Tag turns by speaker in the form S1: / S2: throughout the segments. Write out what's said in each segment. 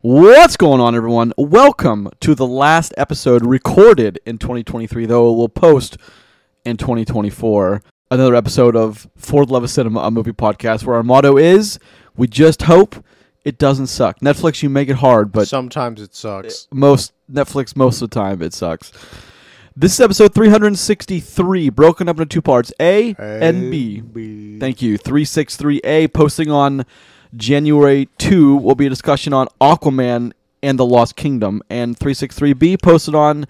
S1: What's going on, everyone? Welcome to the last episode recorded in 2023, though it will post in 2024. Another episode of Ford Love of Cinema, a movie podcast, where our motto is we just hope it doesn't suck. Netflix, you make it hard, but
S2: sometimes it sucks.
S1: most Netflix most of the time it sucks. This is episode 363, broken up into two parts, A and B. Thank you. 363A posting on January 2 will be a discussion on Aquaman and the Lost Kingdom. And 363B posted on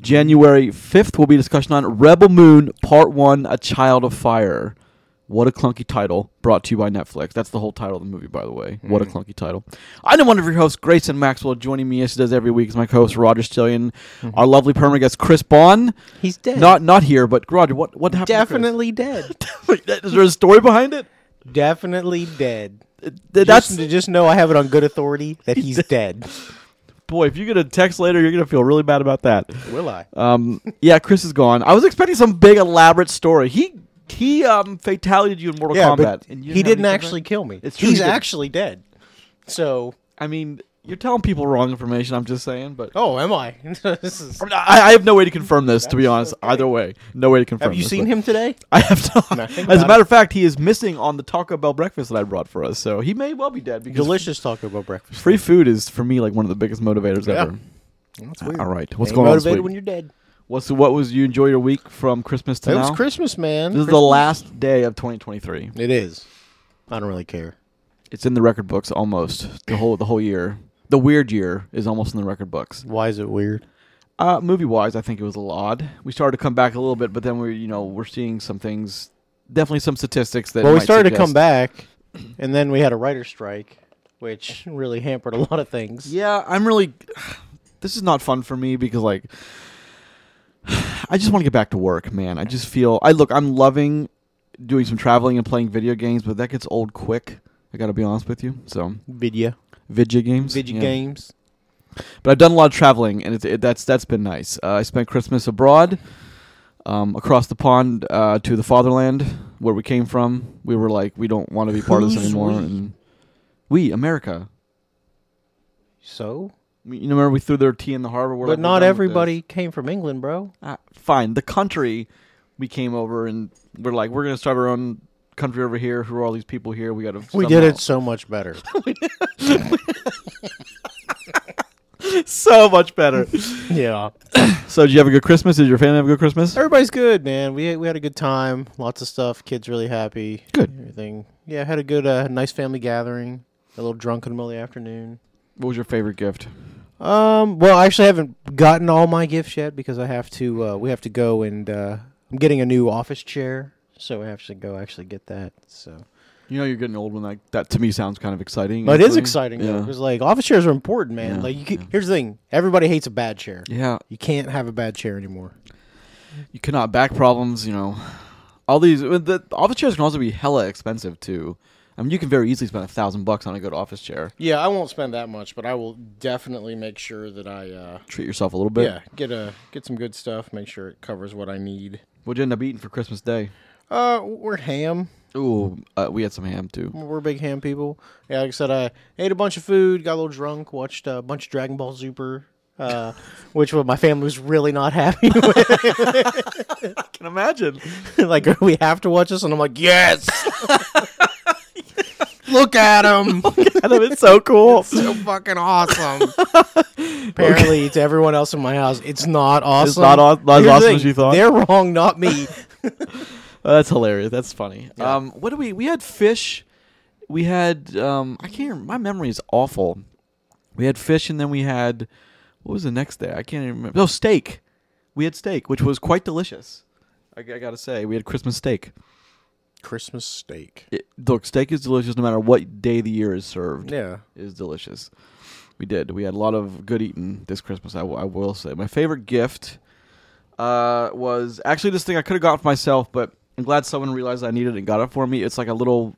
S1: January 5th will be a discussion on Rebel Moon Part 1 A Child of Fire. What a clunky title brought to you by Netflix. That's the whole title of the movie, by the way. What a clunky title. I'm one of your hosts, Grayson Maxwell. Joining me as he does every week is my co host, Roger Stillion. Our lovely permanent guest, Chris Bond.
S2: He's dead.
S1: Not not here, but Roger, what, what happened? to Chris?
S2: definitely dead.
S1: Wait, that- is there a story behind it?
S2: definitely dead.
S1: Th- th-
S2: That's
S1: That's
S2: just, just know I have it on good authority that he's dead.
S1: boy. If you get a text later, you're gonna feel really bad about that.
S2: Will I?
S1: Um, yeah, Chris is gone. I was expecting some big elaborate story. He he um fatalited you in Mortal
S2: yeah,
S1: Kombat.
S2: but
S1: and you
S2: he
S1: have any
S2: didn't
S1: comeback?
S2: actually kill me.
S1: It's true,
S2: he's
S1: he didn't.
S2: actually dead. So,
S1: I mean, you're telling people wrong information. I'm just saying, but.
S2: oh, am I? this is,
S1: I, mean, I- I have no way to confirm this, to be honest. Either way, no way to confirm.
S2: have you
S1: this,
S2: seen
S1: but-
S2: him today?
S1: I have not. As
S2: Nothing about
S1: a matter of fact, he is missing on the Taco Bell breakfast that I brought for us, so he may well be dead. Because
S2: Delicious Taco Bell breakfast.
S1: free food is for me like one of the biggest motivators
S2: Yeah.
S1: ever.
S2: That's weird.
S1: All right, what's
S2: Ain't
S1: going on this
S2: motivated
S1: week?
S2: when you're dead.
S1: What's what was you enjoy your week from Christmas to
S2: It
S1: now?
S2: was Christmas, man.
S1: This is the last day of 2023.
S2: It is. I don't really care.
S1: It's in the record books almost. The whole the whole year. The weird year is almost in the record books.
S2: Why is it weird?
S1: Uh, movie wise, I think it was a little odd. We started to come back a little bit, but then we you know we're seeing some things. Definitely some statistics that.
S2: Well, we
S1: might
S2: started to
S1: suggest-
S2: come back, and then we had a writer strike, which really hampered a lot of things.
S1: Yeah, I'm really. This is not fun for me because like, I just want to get back to work, man. I just feel I look. I'm loving doing some traveling and playing video games, but that gets old quick. I got to be honest with you. So
S2: Video,
S1: video games,
S2: video
S1: yeah.
S2: games.
S1: But I've done a lot of traveling, and it, it, that's that's been nice. Uh, I spent Christmas abroad, um, across the pond uh, to the fatherland where we came from. We were like, we don't want to be part of this
S2: Who's
S1: anymore.
S2: we?
S1: And we America.
S2: So,
S1: We- You know, remember we threw their tea in the harbor. We're like,
S2: but
S1: we're
S2: not
S1: done with
S2: everybody came from England, bro.
S1: this. Uh, fine, the country. We came over and we're like, we're gonna start our own country over here. Who are all these people here? We got to.
S2: We did it so much better.
S1: so much better.
S2: yeah,
S1: so, did you have a good Christmas? Did your family have a good Christmas?
S2: everybody's good, man. We we had a good time. Lots of stuff. Kids really happy.
S1: Good.
S2: Everything. Yeah, had a good, uh, nice family gathering. A little drunk in the middle of the afternoon.
S1: What was your favorite gift?
S2: Um. Well, I actually haven't gotten all my gifts yet because I have to. Uh, we have to go and uh, I'm getting a new office chair, so I have to go actually get that. So,
S1: You know you're getting old when that that to me sounds kind of exciting.
S2: but it is
S1: actually.
S2: exciting though,
S1: Yeah.
S2: because like office chairs are important, man.
S1: Yeah,
S2: like, you can, here's the thing: everybody hates a bad chair.
S1: Yeah,
S2: You can't have a bad chair anymore.
S1: you cannot back problems. You know, all these uh, the office chairs can also be hella expensive too. I mean, you can very easily spend a thousand bucks on a good office chair.
S2: Yeah, I won't spend that much, but I will definitely make sure that I. Uh,
S1: Treat yourself a little bit.
S2: get a get some good stuff. Make sure it covers what I need.
S1: What'd you end up eating for Christmas Day?
S2: Uh, we're ham.
S1: Ooh, uh, we had some ham too.
S2: We're big ham people. Yeah, like I said, I ate a bunch of food, got a little drunk, watched uh, a bunch of Dragon Ball Super, uh, which well, my family was really not happy with.
S1: I can imagine.
S2: like, "Oh, we have to watch this, and I'm like, yes. Look at him!
S1: it's so cool.
S2: so fucking awesome. Apparently, to everyone else in my house, it's not awesome.
S1: not aw- not as
S2: Here's the
S1: awesome as
S2: thing,
S1: you thought.
S2: They're wrong, not me.
S1: Oh, that's hilarious. That's funny. Um, what do we? We had fish. We had. Um, I can't. rem- My memory is awful. We had fish, and then we had. What was the next day? I can't even remember. No steak. We had steak, which was quite delicious. I, g- I gotta say, we had Christmas steak.
S2: Christmas steak.
S1: It, look, steak is delicious no matter what day of the year is served.
S2: Yeah.
S1: It is delicious. We did. We had a lot of good eating this Christmas. I, w- I will say my favorite gift uh, was actually this thing I could have got for myself, but I'm glad someone realized I needed it and got it for me. It's like a little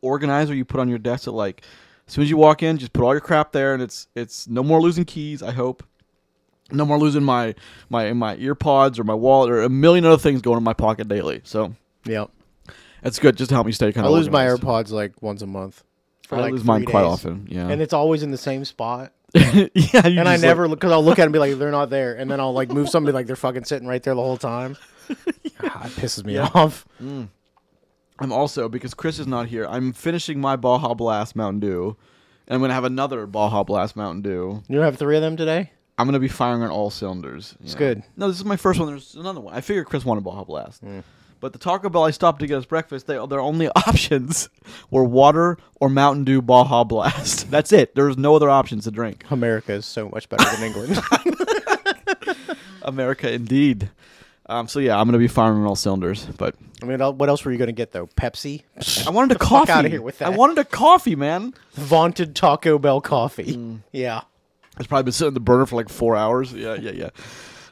S1: organizer you put on your desk. That like as soon as you walk in, just put all your crap there, and it's it's no more losing keys. I hope. No more losing my my my ear pods or my wallet or a million other things going in my pocket daily. So
S2: Yep.
S1: that's good. Just to help me stay kind
S2: I
S1: of.
S2: lose my
S1: organized.
S2: AirPods like once a month. for
S1: I
S2: like
S1: lose mine
S2: three
S1: quite
S2: days.
S1: often. Yeah.
S2: and it's always in the same spot.
S1: yeah. you
S2: And I
S1: just, like-
S2: never because I'll look at it and be like, they're not there, and then I'll like move somebody like they're fucking sitting right there the whole time. Ah, it pisses me off.
S1: I'm also because Chris is not here. I'm finishing my Baja Blast Mountain Dew, and I'm gonna have another Baja Blast Mountain Dew.
S2: You have three of them today.
S1: I'm gonna be firing on all cylinders. It's
S2: good.
S1: No, this is my first one. There's another one. I figured Chris wanted Baja Blast, but the Taco Bell I stopped to get us breakfast. They their only options were water or Mountain Dew Baja Blast. That's it. There's no other options to drink.
S2: America is so much better than England.
S1: America, indeed. Um, so yeah, I'm gonna be firing on all cylinders. But
S2: I mean, I'll- what else were you going to get though? Pepsi,
S1: I wanted a
S2: the fuck
S1: coffee.
S2: outta here with
S1: I
S2: that.
S1: wanted a coffee, man.
S2: vaunted Taco Bell coffee. Yeah,
S1: It's probably been sitting in the burner for like four hours. Yeah, yeah, yeah.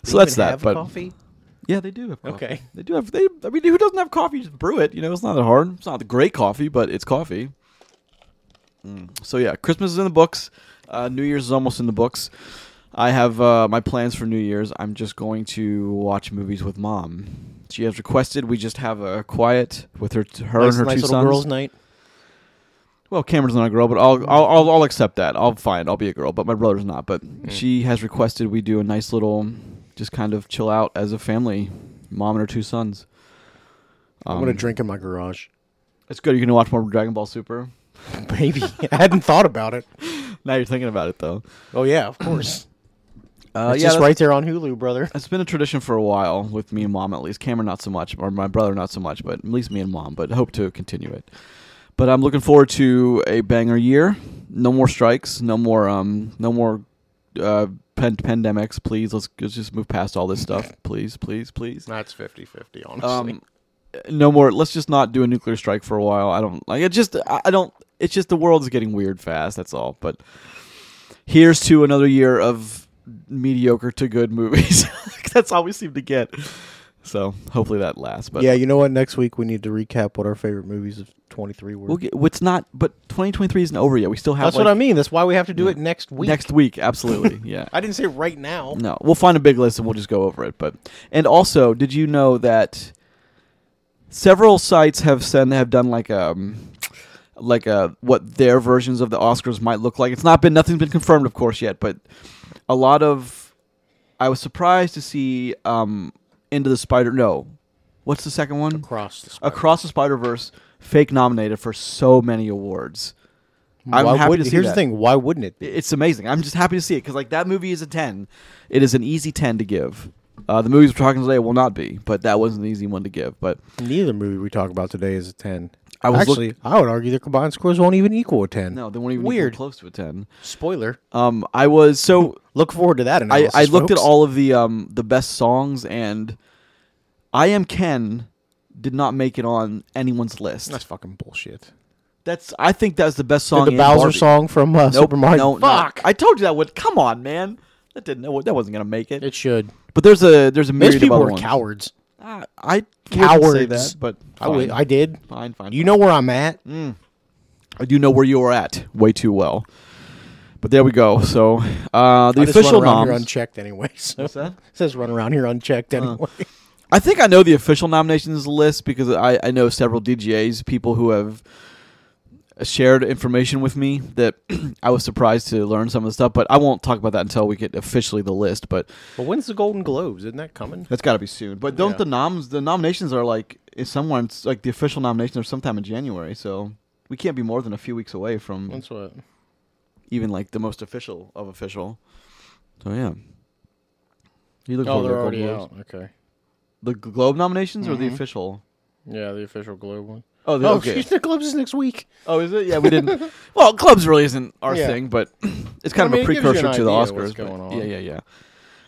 S1: So
S2: You
S1: that's
S2: even
S1: that.
S2: have
S1: but
S2: coffee.
S1: yeah, they do have coffee.
S2: Okay.
S1: They do have. They. I mean, who doesn't have coffee? Just brew it. You know, it's not that hard. It's not the great coffee, but it's coffee. Mm. So yeah, Christmas is in the books. Uh, New Year's is almost in the books. I have uh, my plans for New Year's. I'm just going to watch movies with mom. She has requested we just have a quiet with her, her
S2: nice,
S1: and her
S2: nice
S1: two
S2: little
S1: sons.
S2: girls' night.
S1: Well, Cameron's not a girl, but I'll I'll I'll, I'll accept that. I'll fine. I'll be a girl, but my brother's not. But she has requested we do a nice little, just kind of chill out as a family, mom and her two sons. Um,
S2: I'm going to drink in my garage,
S1: It's good. You're gonna watch more Dragon Ball Super.
S2: baby. I hadn't thought about it.
S1: Now you're thinking about it though.
S2: Oh yeah, of course.
S1: Uh,
S2: it's
S1: yeah,
S2: just
S1: that's-
S2: right there on Hulu, brother.
S1: It's been a tradition for a while with me and mom, at least. Cameron, not so much, or my brother, not so much, but at least me and mom. But hope to continue it. But I'm looking forward to a banger year. No more strikes. No more. Um. No more. Uh. Pen- pandemics. Please. Let's, let's just move past all this stuff. Please. Please. Please.
S2: That's 50-50, honestly.
S1: Um. No more. Let's just not do a nuclear strike for a while. I don't like. It just. I I don't. It's just the world's getting weird fast. That's all. But here's to another year of mediocre to good movies. That's all we seem to get. So hopefully that lasts. But
S2: yeah, you know what? Next week we need to recap what our favorite movies of 23 were.
S1: we'll get. What's not? But 2023 isn't over yet. We still have
S2: That's
S1: like,
S2: what I mean. That's why we have to do it next week.
S1: next week. Absolutely. yeah.
S2: I didn't say right now.
S1: No, we'll find a big list and we'll just go over it. But and also, did you know that several sites have sent have done like um like a what their versions of the Oscars might look like? It's not been nothing's been confirmed, of course, yet. But a lot of I was surprised to see um Into the Spider. No, what's the second one?
S2: Across the spider.
S1: Across the Spider Verse, fake nominated for so many awards. I'm
S2: Why
S1: happy
S2: would-
S1: to see
S2: Here's
S1: that
S2: the thing. Why wouldn't it be?
S1: it's amazing. I'm just happy to see it because like that movie is a ten. It is an easy ten to give. Uh, the movies we're talking today will not be, but that wasn't an easy one to give. But
S2: Neither movie we talk about today is a 10.
S1: I was
S2: Actually, I would argue their combined scores won't even equal a 10.
S1: no, they weren't even
S2: Weird.
S1: Weird. close to a ten.
S2: Spoiler.
S1: Um, I was so
S2: Look forward to that
S1: I,
S2: analysis,
S1: I looked at
S2: folks.
S1: all of the um the best songs and I am Ken did not make it on anyone's list.
S2: That's fucking bullshit.
S1: That's I think that's the best song.
S2: Did the
S1: in
S2: Bowser
S1: Barbie.
S2: song from uh,
S1: Nope,
S2: Super Mario.
S1: No, no.
S2: Fuck.
S1: I told you that would come on, man. That didn't that wasn't gonna make it.
S2: It should.
S1: But there's a there's a myriad
S2: Most
S1: of
S2: people
S1: other
S2: are
S1: ones.
S2: cowards.
S1: I, I
S2: Cowards.
S1: Would say that, but
S2: I,
S1: fine.
S2: would-
S1: Mm.
S2: I did.
S1: fine, fine.
S2: You know where I'm at.
S1: I do know where you are at way too well. But there we go. So uh, the
S2: I just
S1: official
S2: run around
S1: noms.
S2: here unchecked anyway. So
S1: What's that?
S2: It says run around here unchecked anyway.
S1: I think I know the official nominations list because I, I know several DGAs, people who have shared information with me that I was surprised to learn some of the stuff. But I won't talk about that until we get officially the list. But
S2: But when's the Golden Globes? Isn't that coming?
S1: that's got to be soon. But don't
S2: Yeah.
S1: the noms the nominations are like is someone it's like the official nominations are sometime in January. So we can't be more than a few weeks away from
S2: That's what.
S1: even like the most official of official. So yeah. You look
S2: Oh,
S1: for
S2: they're
S1: the Golden
S2: already
S1: Globes?
S2: out. Okay.
S1: The G- Globe nominations or the official?
S2: Yeah, the official Globe one.
S1: Oh, the,
S2: Oh,
S1: okay.
S2: the Globes is next week.
S1: oh, is it? Yeah, we didn't. well, clubs really isn't our
S2: Yeah.
S1: thing, but it's kind
S2: I mean,
S1: of a
S2: it gives you an
S1: precursor to the
S2: idea what's
S1: Oscars. but-
S2: going on.
S1: Yeah, yeah, yeah.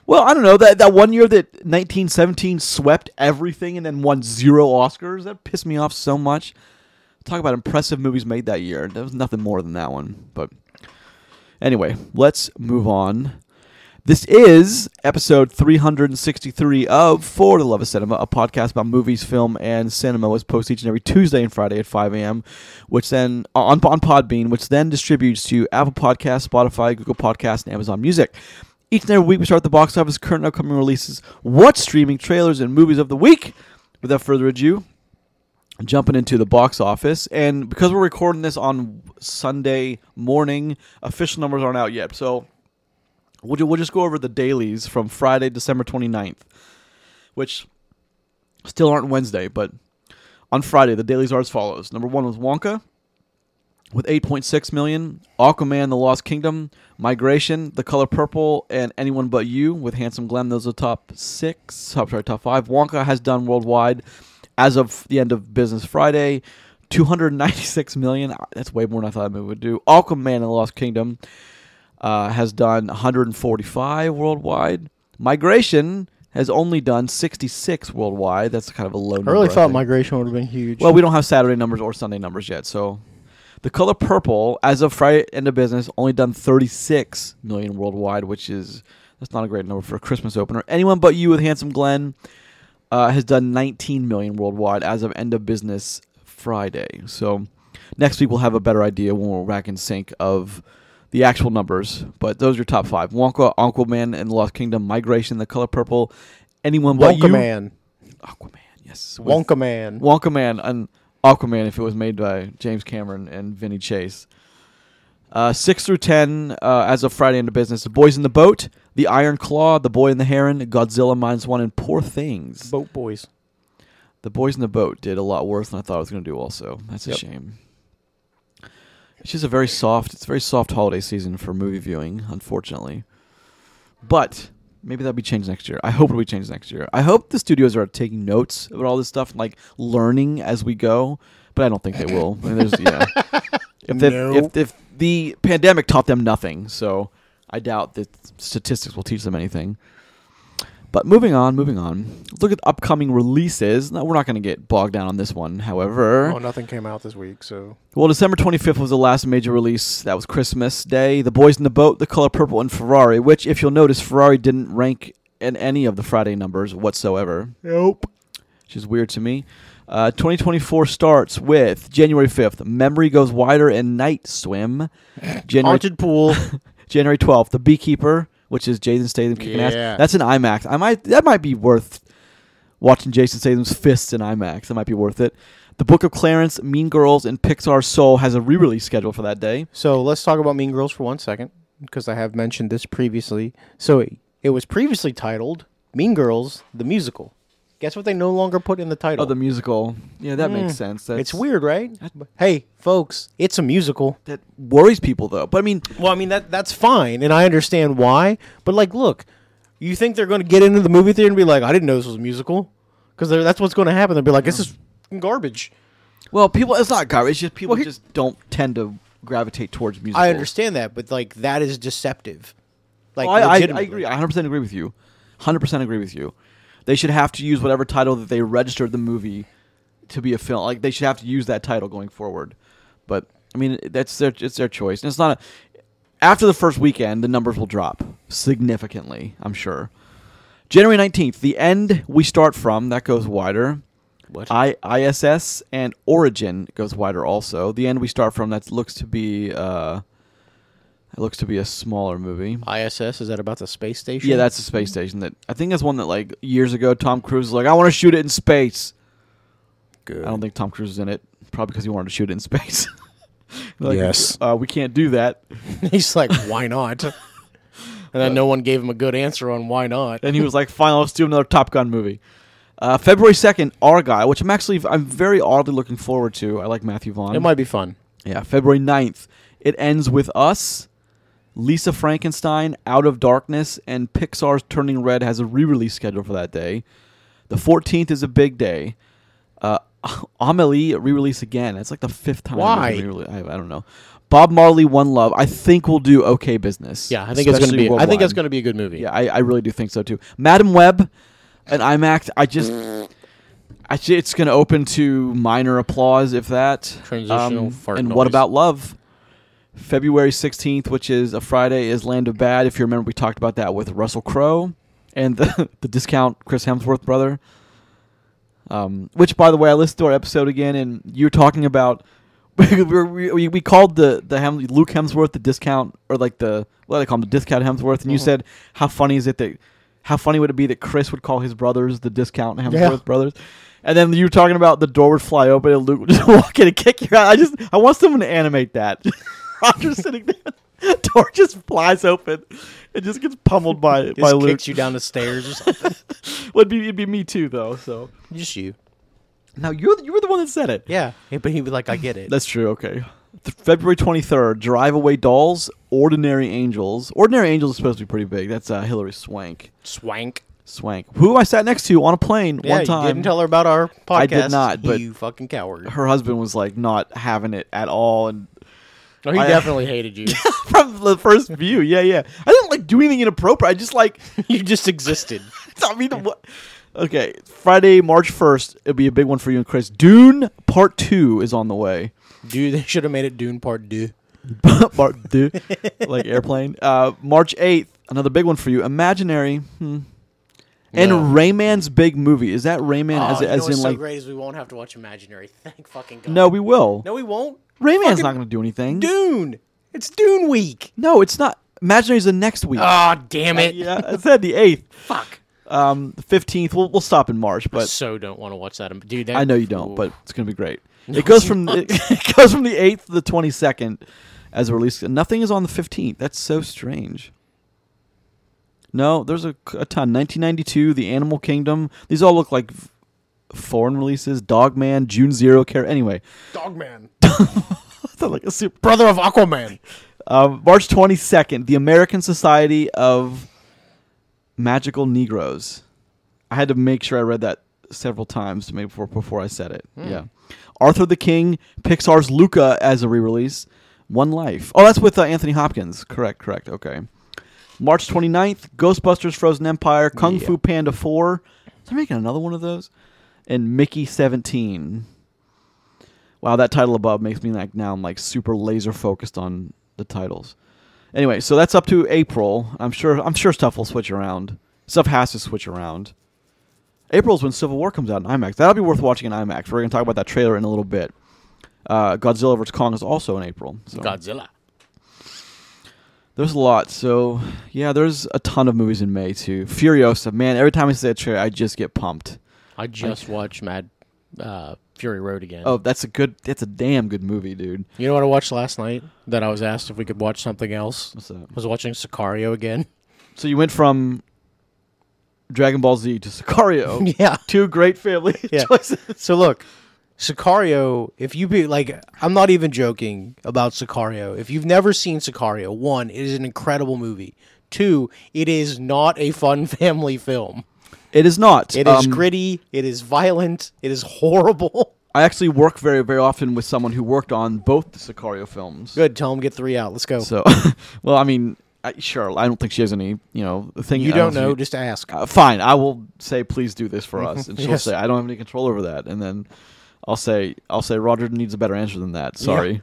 S1: Well, I don't know that that one year that 1917 swept everything and then won zero Oscars. That pissed me off so much. Talk about impressive movies made that year. There was nothing more than that one. But anyway, let's move on. This is episode 363 of For the Love of Cinema, a podcast about movies, film, and cinema. It's posted each and every Tuesday and Friday at 5 a.m., which then uh, on, on Podbean, which then distributes to Apple Podcasts, Spotify, Google Podcasts, and Amazon Music. Each and every week, we start the box office, current and upcoming releases, what's streaming, trailers, and movies of the week. Without further ado, jumping into the box office. And because we're recording this on Sunday morning, official numbers aren't out yet. So we'll, ju- we'll just go over the dailies from Friday, December 29th, which still aren't Wednesday, but on Friday, the dailies are as follows. Number one was Wonka with 8.6 million, Aquaman, The Lost Kingdom, Migration, The Color Purple, and Anyone But You with Handsome Glenn. Those are top six, top, sorry, top five. Wonka has done worldwide as of the end of business Friday. 296 million. Ah, That's way more than I thought it would do. Aquaman and The Lost Kingdom uh, has done 145 worldwide. Migration has only done 66 worldwide. That's kind of a low
S2: I
S1: number.
S2: really thought
S1: think.
S2: migration would have been huge.
S1: Well, we don't have Saturday numbers or Sunday numbers yet, so the color purple, as of Friday end of business, only done 36 million worldwide, which is that's not a great number for a Christmas opener. Anyone but you with Handsome Glenn uh, has done 19 million worldwide as of end of business Friday. So next week we'll have a better idea when we're back in sync of the actual numbers. But those are your top five: Wonka, Aquaman, and the Lost Kingdom, Migration, The Color Purple, Anyone but
S2: Wonka
S1: you,
S2: Man.
S1: Aquaman, yes, with-
S2: Wonka Man.
S1: Wonka Man and Aquaman if it was made by James Cameron and Vinny Chase. Uh, six through ten uh, as of Friday into business. The Boys in the Boat, The Iron Claw, The Boy and the Heron, Godzilla Minus One, and Poor Things.
S2: Boat Boys.
S1: The Boys in the Boat did a lot worse than I thought it was going to do. Also, that's a
S2: Yep.
S1: shame. It's just a very soft. It's a very soft holiday season for movie viewing, unfortunately. But maybe that'll be changed next year. I hope it'll be changed next year. I hope the studios are taking notes about all this stuff, and, like learning as we go. But I don't think they will. I mean, there's- yeah. If, they,
S2: No.
S1: if if the pandemic taught them nothing, so I doubt that statistics will teach them anything. But moving on, moving on. Let's look at upcoming releases. Now, we're not going to get bogged down on this one, however.
S2: Oh, nothing came out this week, so
S1: Well, December 25th was the last major release. That was Christmas Day. The Boys in the Boat, The Color Purple, and Ferrari, which, if you'll notice, Ferrari didn't rank in any of the Friday numbers whatsoever,
S2: nope.
S1: which is weird to me. Uh, 2024 starts with January 5th, Memory Goes Wider and Night Swim. January,
S2: Haunted pool.
S1: January 12th, The Beekeeper, which is Jason Statham kicking
S2: Yeah.
S1: ass. That's an IMAX. I might that might be worth watching Jason Statham's fists in IMAX. That might be worth it. The Book of Clarence, Mean Girls, and Pixar Soul has a re-release schedule for that day.
S2: so let's talk about Mean Girls for one second, because I have mentioned this previously. So it, it was previously titled Mean Girls the Musical. Guess what they no longer put in the title?
S1: Oh, the musical. Yeah, that makes
S2: Mm.
S1: sense. That's,
S2: it's weird, right? But hey, folks, it's a musical.
S1: That worries people though. But I mean,
S2: Well, I mean that that's fine, and I understand why. But like, look, you think they're going to get into the movie theater and be like, "I didn't know this was a musical," because that's what's going to happen. They'll be like, "This is f***ing garbage."
S1: well, people. It's not garbage. It's just people
S2: Well, here-
S1: just don't tend to gravitate towards musicals.
S2: I understand that, but like, that is deceptive. Like,
S1: Oh, I, I, I
S2: legitimately.
S1: agree. I 100% agree with you. 100% agree with you. They should have to use whatever title that they registered the movie to be a film. Like they should have to use that title going forward. But I mean, that's their it's their choice, and it's not. A, after the first weekend, the numbers will drop significantly. I'm sure. January 19th, the end we start from that goes wider.
S2: What?
S1: I, ISS and Origin goes wider also. The end we start from that looks to be uh, it looks to be a smaller movie.
S2: ISS is that about the space station?
S1: Yeah, that's the space station that I think that's one that like years ago Tom Cruise was like, I want to shoot it in space.
S2: good.
S1: I don't think Tom Cruise is in it, probably because he wanted to shoot it in space. Like,
S2: Yes.
S1: uh, we can't do that.
S2: He's like, "Why not?" and then no one gave him a good answer on why not.
S1: And he was like, "Fine, let's do another Top Gun movie." Uh, February second, Argyle, which I'm actually I'm very oddly looking forward to. I like Matthew Vaughn.
S2: It might be fun.
S1: Yeah, February 9th. It ends with us, Lisa Frankenstein, Out of Darkness, and Pixar's Turning Red has a re release schedule for that day. The 14th is a big day. Uh, Amelie re release again. That's like the fifth time.
S2: Why?
S1: they've re-released- I, I don't know. Bob Marley, One Love. I think will do okay business.
S2: Yeah, I think it's going
S1: especially
S2: to be. I think
S1: worldwide.
S2: it's going to be a good movie.
S1: Yeah, I, I really do think so too. Madam Web and IMAX, I just. I, ju- it's going to open to minor applause, if that. Um,
S2: Transitional fart
S1: And what
S2: noise.
S1: about love? February 16th, which is a Friday, is Land of Bad. If you remember, we talked about that with Russell Crowe and the, the discount Chris Hemsworth brother. Um, which, by the way, I listened to our episode again, and you're talking about. We, we, we- we called the the Hem, Luke Hemsworth the discount or like the what do they call him the discount Hemsworth, and you
S2: Mm-hmm.
S1: said how funny is it that how funny would it be that Chris would call his brothers the discount Hemsworth
S2: Yeah.
S1: brothers, And then you were talking about the door would fly open and Luke would just walk in and kick your out. I just I want someone to animate that. Roger's sitting there, door just flies open, and just gets pummeled by
S2: Just
S1: by Luke.
S2: kicks you down the stairs or something.
S1: Would be it'd be me too though. So
S2: Just you.
S1: now you're the- you were the one that said it.
S2: Yeah. Yeah, But he was like, I get it.
S1: That's true. Okay. Th- February 23rd, Drive Away Dolls, Ordinary Angels. Ordinary Angels is supposed to be pretty big. That's uh, Hillary Swank.
S2: Swank.
S1: Swank. Who I sat next to on a plane
S2: Yeah,
S1: one time.
S2: you didn't tell her about our podcast.
S1: I did not, but-
S2: you fucking coward.
S1: her husband was like not having it at all and
S2: Oh, he
S1: I- uh,
S2: definitely hated you.
S1: from the first view yeah yeah i didn't like do anything inappropriate i just like
S2: you just existed.
S1: i mean what okay friday march 1st it'll be a big one for you and chris dune part 2 is on the way
S2: Dude, they should have made it Dune Part Deux.
S1: part 2 like airplane uh march 8th another big one for you imaginary hmm. and
S2: No.
S1: rayman's big movie is that rayman
S2: Oh,
S1: as,
S2: you know
S1: as
S2: what's
S1: in
S2: so
S1: like
S2: great is we won't have to watch Imaginary. Thank fucking God.
S1: no we will
S2: no, we won't.
S1: rayman's
S2: fucking
S1: not gonna do anything
S2: Dune. It's Dune week.
S1: no it's not imaginary's the next week
S2: Oh, damn it.
S1: yeah it's at the 8th
S2: Fuck.
S1: Um, fifteenth. We'll we'll stop in March, but
S2: so don't want to watch that, dude. That,
S1: I know you don't.
S2: Ooh.
S1: But it's gonna be great. It goes from it, goes from the eighth to the twenty second as a release. Nothing is on the fifteenth. That's so strange. No, there's a, a ton. Nineteen ninety two, The Animal Kingdom. These all look like f- foreign releases. Dog Man, June Zero Care. Anyway,
S2: Dogman,
S1: They're like a super.
S2: brother of Aquaman.
S1: Um, March twenty second, The American Society of Magical Negroes. I had to make sure I read that several times to make before before I said it. Yeah. Arthur the King, Pixar's Luca as a re-release, One Life. Oh, that's with uh, Anthony Hopkins. Correct, correct. Okay. March 29th, Ghostbusters Frozen Empire, Kung Fu Panda 4. They're making another one of those. And Mickey 17. Wow, that title above makes me like now I'm like super laser focused on the titles. Anyway, so that's up to April. I'm sure I'm sure stuff will switch around. Stuff has to switch around. April's when Civil War comes out in IMAX. That'll be worth watching in IMAX. We're going to talk about that trailer in a little bit. Uh, Godzilla vs Kong is also in April. So
S2: Godzilla.
S1: there's a lot. So yeah, there's a ton of movies in May too. Furiosa, man. Every time I see that trailer, I just get pumped.
S2: I just watched Mad uh, Fury Road again.
S1: Oh, that's a good. That's a damn good movie, dude.
S2: You know what I watched last night? That I was asked if we could watch something else.
S1: What's that?
S2: I was watching Sicario again.
S1: So you went from Dragon Ball Z to Sicario.
S2: yeah.
S1: Two great family
S2: Yeah.
S1: choices.
S2: So look, Sicario. If you be like, I'm not even joking about Sicario. If you've never seen Sicario, one, it is an incredible movie. Two, it is not a fun family film.
S1: It is not.
S2: It is
S1: Um,
S2: gritty. It is violent. It is horrible.
S1: I actually work very, very often with someone who worked on both the Sicario films.
S2: Good. Tell him get three out. Let's go.
S1: So, well, I mean, I, sure. I don't think she has any, you know, thing.
S2: you
S1: I
S2: don't
S1: think-
S2: know. Just ask.
S1: uh, fine, I will say, please do this for us, and she'll
S2: Yes.
S1: say, I don't have any control over that, and then I'll say, I'll say, Roger needs a better answer than that. Sorry.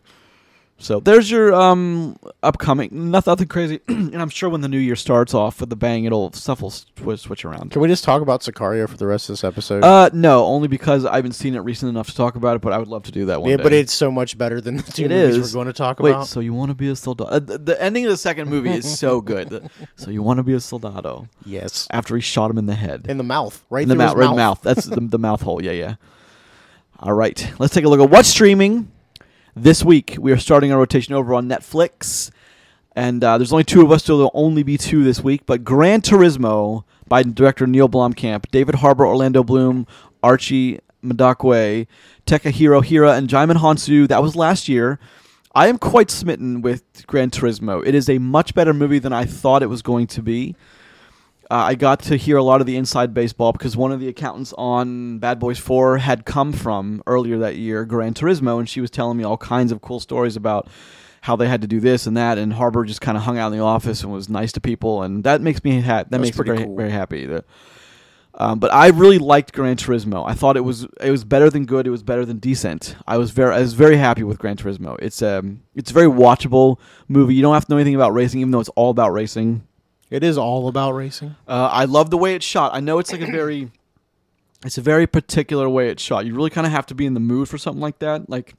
S1: So there's your um upcoming nothing, nothing crazy, and I'm sure when the new year starts off with the bang, it'll stuff will swi- switch around.
S2: Can we just talk about Sicario for the rest of this episode?
S1: Uh, no, only because I haven't seen it recent enough to talk about it, but I would love to do that one.
S2: yeah,
S1: day.
S2: but it's so much better than the two
S1: It
S2: movies
S1: is.
S2: we're going to talk
S1: Wait,
S2: about.
S1: so you want to be a soldado? Uh, the, the ending of the second movie is so good. The- so you want to be a soldado
S2: yes.
S1: after he shot him in the head,
S2: In the mouth. Right
S1: in the
S2: through
S1: mouth,
S2: his
S1: right in the mouth. That's the, the mouth hole. Yeah, yeah. All right, let's take a look at what's streaming this week. We are starting our rotation over on Netflix, and uh, there's only two of us, so there'll only be two this week. But Gran Turismo by director Neil Blomkamp, David Harbour, Orlando Bloom, Archie Madakwe, Takahiro Hira, and Jaimin Hansu. That was last year. I am quite smitten with Gran Turismo. It is a much better movie than I thought it was going to be. Uh, I got to hear a lot of the inside baseball because one of the accountants on Bad Boys 4 had come from earlier that year, Gran Turismo, and she was telling me all kinds of cool stories about how they had to do this and that. And Harbor just kind of hung out in the office and was nice to people, and that makes me ha- that, makes me
S2: pretty
S1: very,
S2: cool.
S1: very happy. That, um, but I really liked Gran Turismo. I thought it was it was better than good. It was better than decent. I was very I was very happy with Gran Turismo. It's um it's a very watchable movie. You don't have to know anything about racing, even though it's all about racing.
S2: It is all about racing.
S1: Uh, I love the way it's shot. I know it's like a very, it's a very particular way it's shot. You really kind of have to be in the mood for something like that. Like,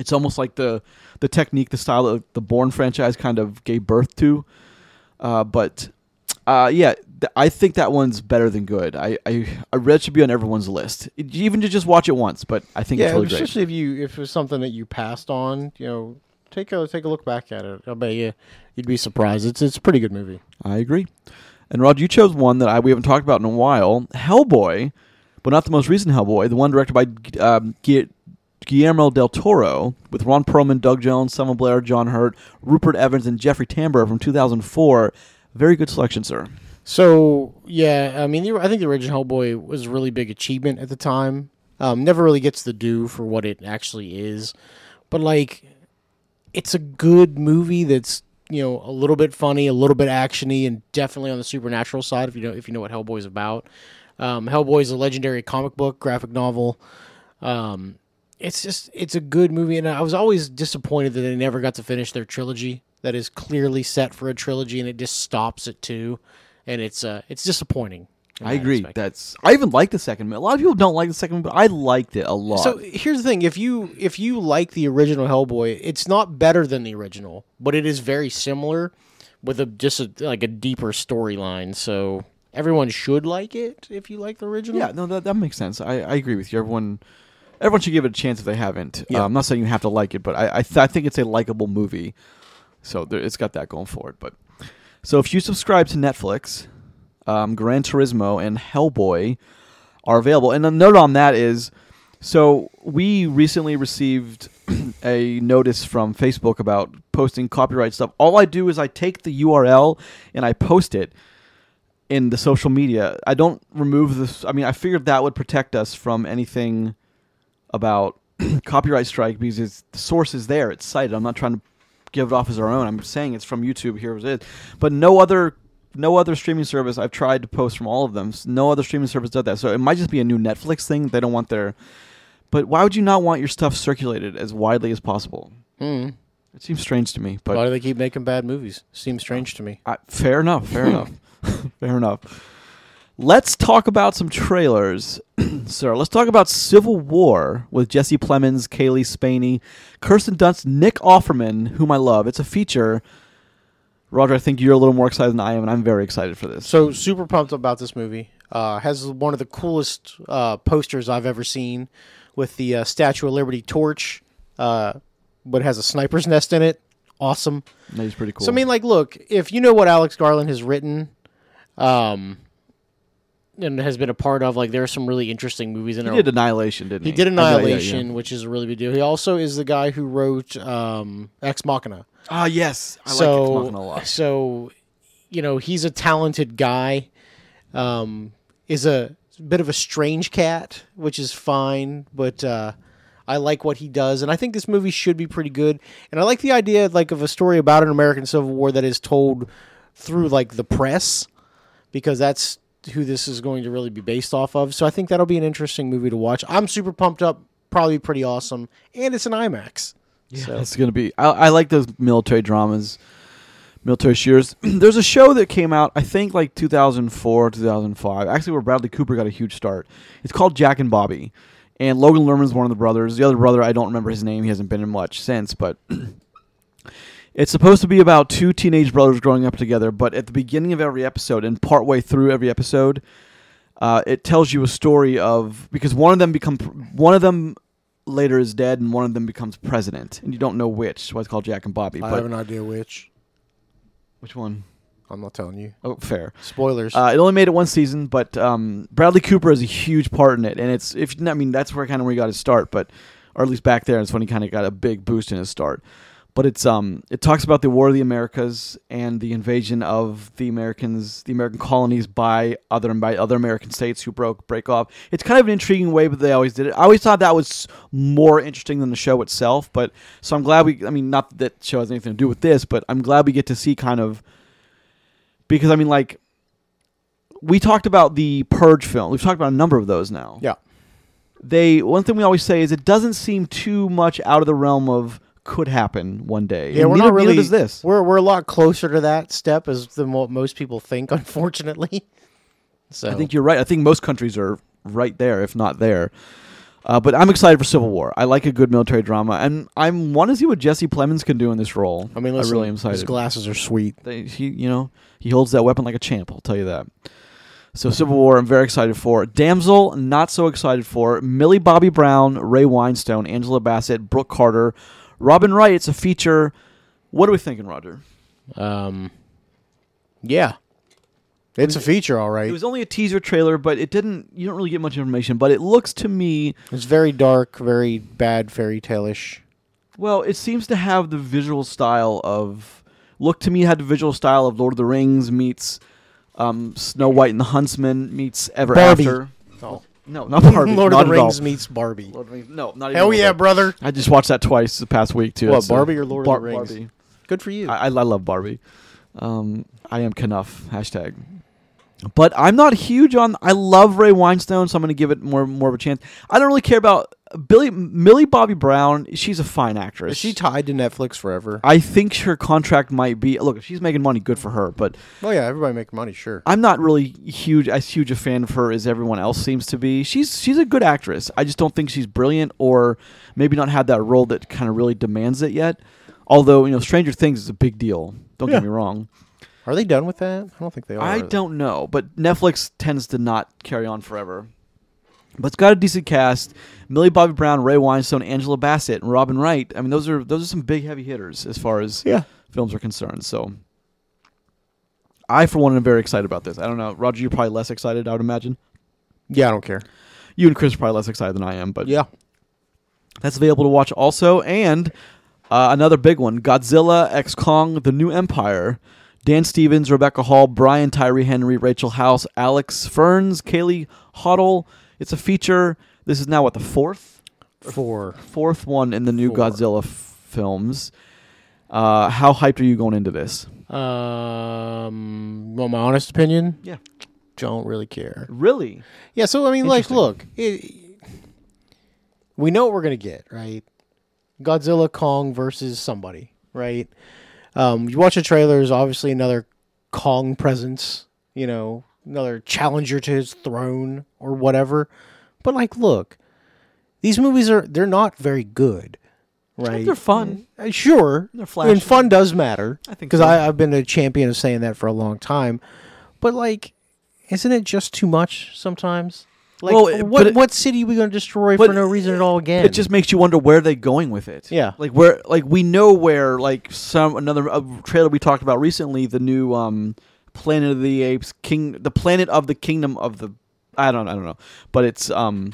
S1: it's almost like the the technique, the style of the Bourne franchise kind of gave birth to. Uh, but uh, yeah, th- I think that one's better than good. I, I, I read should be on everyone's list, It- even to just watch it once. But I think
S2: yeah,
S1: it's really great.
S2: especially if you if it was something that you passed on, you know, take a take a look back at it. I bet you you'd be surprised. It's it's a pretty good movie.
S1: I agree. And Rod, you chose one that I, we haven't talked about in a while, Hellboy, but not the most recent Hellboy, the one directed by um, Gu- Guillermo del Toro with Ron Perlman, Doug Jones, Selma Blair, John Hurt, Rupert Evans, and Jeffrey Tambor from 2004. Very good selection, sir.
S2: So yeah, I mean, the- I think the original Hellboy was a really big achievement at the time. Um, never really gets the due for what it actually is, but like, it's a good movie that's you know a little bit funny, a little bit actiony, and definitely on the supernatural side. If you know if you know what Hellboy's about, um, Hellboy is a legendary comic book graphic novel. Um, it's just it's a good movie, and I was always disappointed that they never got to finish their trilogy. That is clearly set for a trilogy, and it just stops at two, and it's uh it's disappointing. in
S1: I
S2: that
S1: agree.
S2: aspect.
S1: That's I even like the second movie. A lot of people don't like the second movie, but I liked it a lot.
S2: So here's the thing: if you if you like the original Hellboy, it's not better than the original, but it is very similar with a just a, like a deeper storyline. So everyone should like it if you like the original.
S1: yeah, no, that, that makes sense. I, I agree with you. Everyone everyone should give it a chance if they haven't. Uh, I'm not saying you have to like it, but I I, th- I think it's a likable movie, so there, it's got that going for it. But so if you subscribe to Netflix, um, Gran Turismo and Hellboy are available. And a note on that is, so we recently received a notice from Facebook about posting copyright stuff. All I do is I take the URL and I post it in the social media. I don't remove this. I mean, I figured that would protect us from anything about copyright strike because it's, the source is there. It's cited. I'm not trying to give it off as our own. I'm saying it's from YouTube. Here it is. But no other. No other streaming service I've tried to post from all of them. s- No other streaming service does that. So it might just be a new Netflix thing. They don't want their. But why would you not want your stuff circulated as widely as possible?
S2: Mm.
S1: It seems strange to me. But
S2: Why do they keep making bad movies? Seems strange to me.
S1: I, fair enough. Fair enough. fair enough. Let's talk about some trailers, sir. Let's talk about Civil War with Jesse Plemons, Kaylee Spaney, Kirsten Dunst, Nick Offerman, whom I love. It's a feature. Roger, I think you're a little more excited than I am, and I'm very excited for this.
S2: So super pumped about this movie. Uh, has one of the coolest uh, posters I've ever seen, with the uh, Statue of Liberty torch, uh, but it has a sniper's nest in it. Awesome.
S1: That's pretty cool.
S2: So I mean, like, look, if you know what Alex Garland has written, um, and has been a part of, like, there are some really interesting movies in
S1: he
S2: there.
S1: did Annihilation, didn't he?
S2: He did
S1: I know, yeah, yeah.
S2: Annihilation, which is a really big deal. He also is the guy who wrote um, Ex Machina.
S1: Ah, yes. I
S2: so,
S1: like Nick Offerman a lot.
S2: so, you know, he's a talented guy. Um, is a bit of a strange cat, which is fine, but uh, I like what he does, and I think this movie should be pretty good. And I like the idea, like, of a story about an American Civil War that is told through like the press, because that's who this is going to really be based off of. So I think that'll be an interesting movie to watch. I'm super pumped up. Probably pretty awesome, and it's an IMAX. so.
S1: It's gonna be. I, I like those military dramas, military shooters. There's a show that came out, I think, like 2004, 2005. Actually, where Bradley Cooper got a huge start. It's called Jack and Bobby, and Logan Lerman's one of the brothers. The other brother, I don't remember his name. He hasn't been in much since, but. It's supposed to be about two teenage brothers growing up together, but at the beginning of every episode and partway through every episode, uh, it tells you a story of because one of them become one of them later is dead and one of them becomes president, and you don't know which. That's why it's called Jack and Bobby.
S2: I
S1: but
S2: have an idea which.
S1: which one?
S2: I'm not telling you.
S1: Oh, fair.
S2: Spoilers.
S1: Uh, it only made it one season, but um, Bradley Cooper is a huge part in it, and it's if I mean that's where kind of where he got his start, but or at least back there is when he kind of got a big boost in his start. But it's um it talks about the War of the Americas and the invasion of the Americans, the American colonies by other by other American states who broke break off. It's kind of an intriguing way, but they always did it. I always thought that was more interesting than the show itself. But so I'm glad we. I mean, not that the show has anything to do with this, but I'm glad we get to see kind of because I mean, like we talked about the Purge film. We've talked about a number of those now.
S2: yeah.
S1: They one thing we always say is it doesn't seem too much out of the realm of could happen one day.
S2: Yeah,
S1: And
S2: we're
S1: neither,
S2: not really.
S1: Neither does this.
S2: We're we're a lot closer to that step as than what most people think, unfortunately. So
S1: I think you're right. I think most countries are right there, if not there. Uh, but I'm excited for Civil War. I like a good military drama, and I want to see what Jesse Plemons can do in this role.
S2: I mean, listen,
S1: I really am
S2: his
S1: excited.
S2: glasses are sweet.
S1: They- he, you know, he holds that weapon like a champ. I'll tell you that. So Civil War, I'm very excited for. Damsel, not so excited for. Millie Bobby Brown, Ray Winestone, Angela Bassett, Brooke Carter, Robin Wright. It's a feature. What are we thinking, Roger?
S2: Um, yeah, it's a feature, all right.
S1: It was only a teaser trailer, but it didn't. You don't really get much information. But it looks to me,
S2: it's very dark, very bad fairy tale-ish.
S1: well, it seems to have the visual style of. Look to me had the visual style of Lord of the Rings meets um, Snow White and the Huntsman meets Ever
S2: Barbie.
S1: After.
S2: Oh,
S1: No, not Barbie.
S2: Lord
S1: not
S2: of the
S1: at all.
S2: Rings meets Barbie.
S1: Lord of the Rings. No, not even.
S2: Hell
S1: Lord
S2: yeah,
S1: of the-
S2: brother!
S1: I just watched that twice the past week too.
S2: What,
S1: It's, uh,
S2: Barbie or Lord of
S1: Bar-
S2: the Rings?
S1: Barbie.
S2: Good for you.
S1: I, I love Barbie. Um, I am Knuff hashtag. But I'm not huge on. I love Ray Winestone, so I'm going to give it more more of a chance. I don't really care about Billy Millie Bobby Brown. She's a fine actress.
S2: Is she tied to Netflix forever?
S1: I think her contract might be. Look, if she's making money, good for her. But
S2: oh yeah, everybody make money, sure.
S1: I'm not really huge as huge a fan of her as everyone else seems to be. She's she's a good actress. I just don't think she's brilliant, or maybe not had that role that kind of really demands it yet. Although you know, Stranger Things is a big deal. Don't
S2: Yeah.
S1: get me wrong.
S2: Are they done with that? I don't think they are.
S1: I
S2: are they?
S1: don't know, but Netflix tends to not carry on forever. But it's got a decent cast: Millie Bobby Brown, Ray Winestone, Angela Bassett, and Robin Wright. I mean, those are those are some big heavy hitters as far as
S2: Yeah.
S1: films are concerned. So, I for one am very excited about this. I don't know, Roger, you're probably less excited, I would imagine.
S2: Yeah, I don't care.
S1: You and Chris are probably less excited than I am, but
S2: Yeah.
S1: that's available to watch also. And uh, another big one: Godzilla X Kong: The New Empire. Dan Stevens, Rebecca Hall, Brian Tyree Henry, Rachel House, Alex Ferns, Kaylee Hoddle. It's a feature. This is now what the fourth
S2: Four.
S1: fourth one in the new
S2: Four.
S1: Godzilla f- films. Uh, how hyped are you going into this?
S2: Um. Well, my honest opinion,
S1: Yeah,
S2: don't really care.
S1: really.
S2: Yeah. So I mean, like,
S1: Interesting.
S2: look, it, we know what we're gonna get, right? Godzilla Kong versus somebody, right? Um, you watch the trailers. Obviously, another Kong presence. You know, another challenger to his throne or whatever. But like, look, these movies are—they're not very good, right?
S1: They're fun.
S2: Uh, Sure,
S1: They're flashy.
S2: and fun does matter.
S1: I think
S2: because
S1: so.
S2: I've been a champion of saying that for a long time, but like, isn't it just too much sometimes? Like,
S1: Well, it-
S2: what
S1: but it-
S2: what city are we going to destroy
S1: but
S2: for no reason at all again?
S1: It just makes you wonder where they're going with it.
S2: Yeah.
S1: like where, like we know where, like some another uh, trailer we talked about recently, the new um, Planet of the Apes, King, the Planet of the Kingdom of the, I don't, I don't know, but it's um,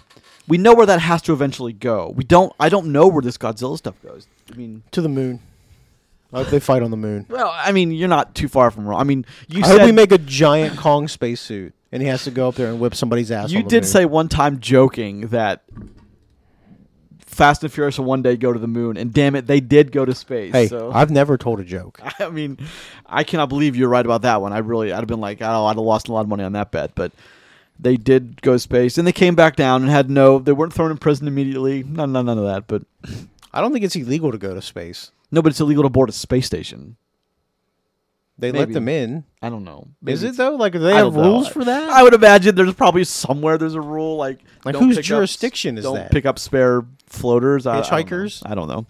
S1: we know where that has to eventually go. We don't, I don't know where this Godzilla stuff goes. I mean,
S2: to the moon. I hope they fight on the moon.
S1: well, I mean, you're not too far from wrong. I mean, you
S2: I
S1: said
S2: hope we make a giant Kong spacesuit and he has to go up there and whip somebody's ass.
S1: you
S2: on the
S1: did
S2: moon.
S1: say one time joking that. Fast and Furious will one day go to the moon, and damn it, they did go to space.
S2: "Hey,
S1: so.
S2: I've never told a joke."
S1: I mean, I cannot believe you're right about that one. I really, I'd have been like, oh, I'd have lost a lot of money on that bet. But they did go to space, and they came back down and had no. They weren't thrown in prison immediately. No, no, none of that. But
S2: I don't think it's illegal to go to space.
S1: no, but it's illegal to board a space station.
S2: They
S1: Maybe.
S2: let them in.
S1: I don't know.
S2: Is
S1: Maybe
S2: it though? Like, do they
S1: I don't
S2: have
S1: know.
S2: rules for that?
S1: I would imagine there's probably somewhere there's a rule like
S2: Like,
S1: don't
S2: whose
S1: pick up-
S2: jurisdiction is
S1: don't
S2: that?
S1: pick up spare floaters, I- I, don't know.
S2: Hitchhikers?
S1: I don't know.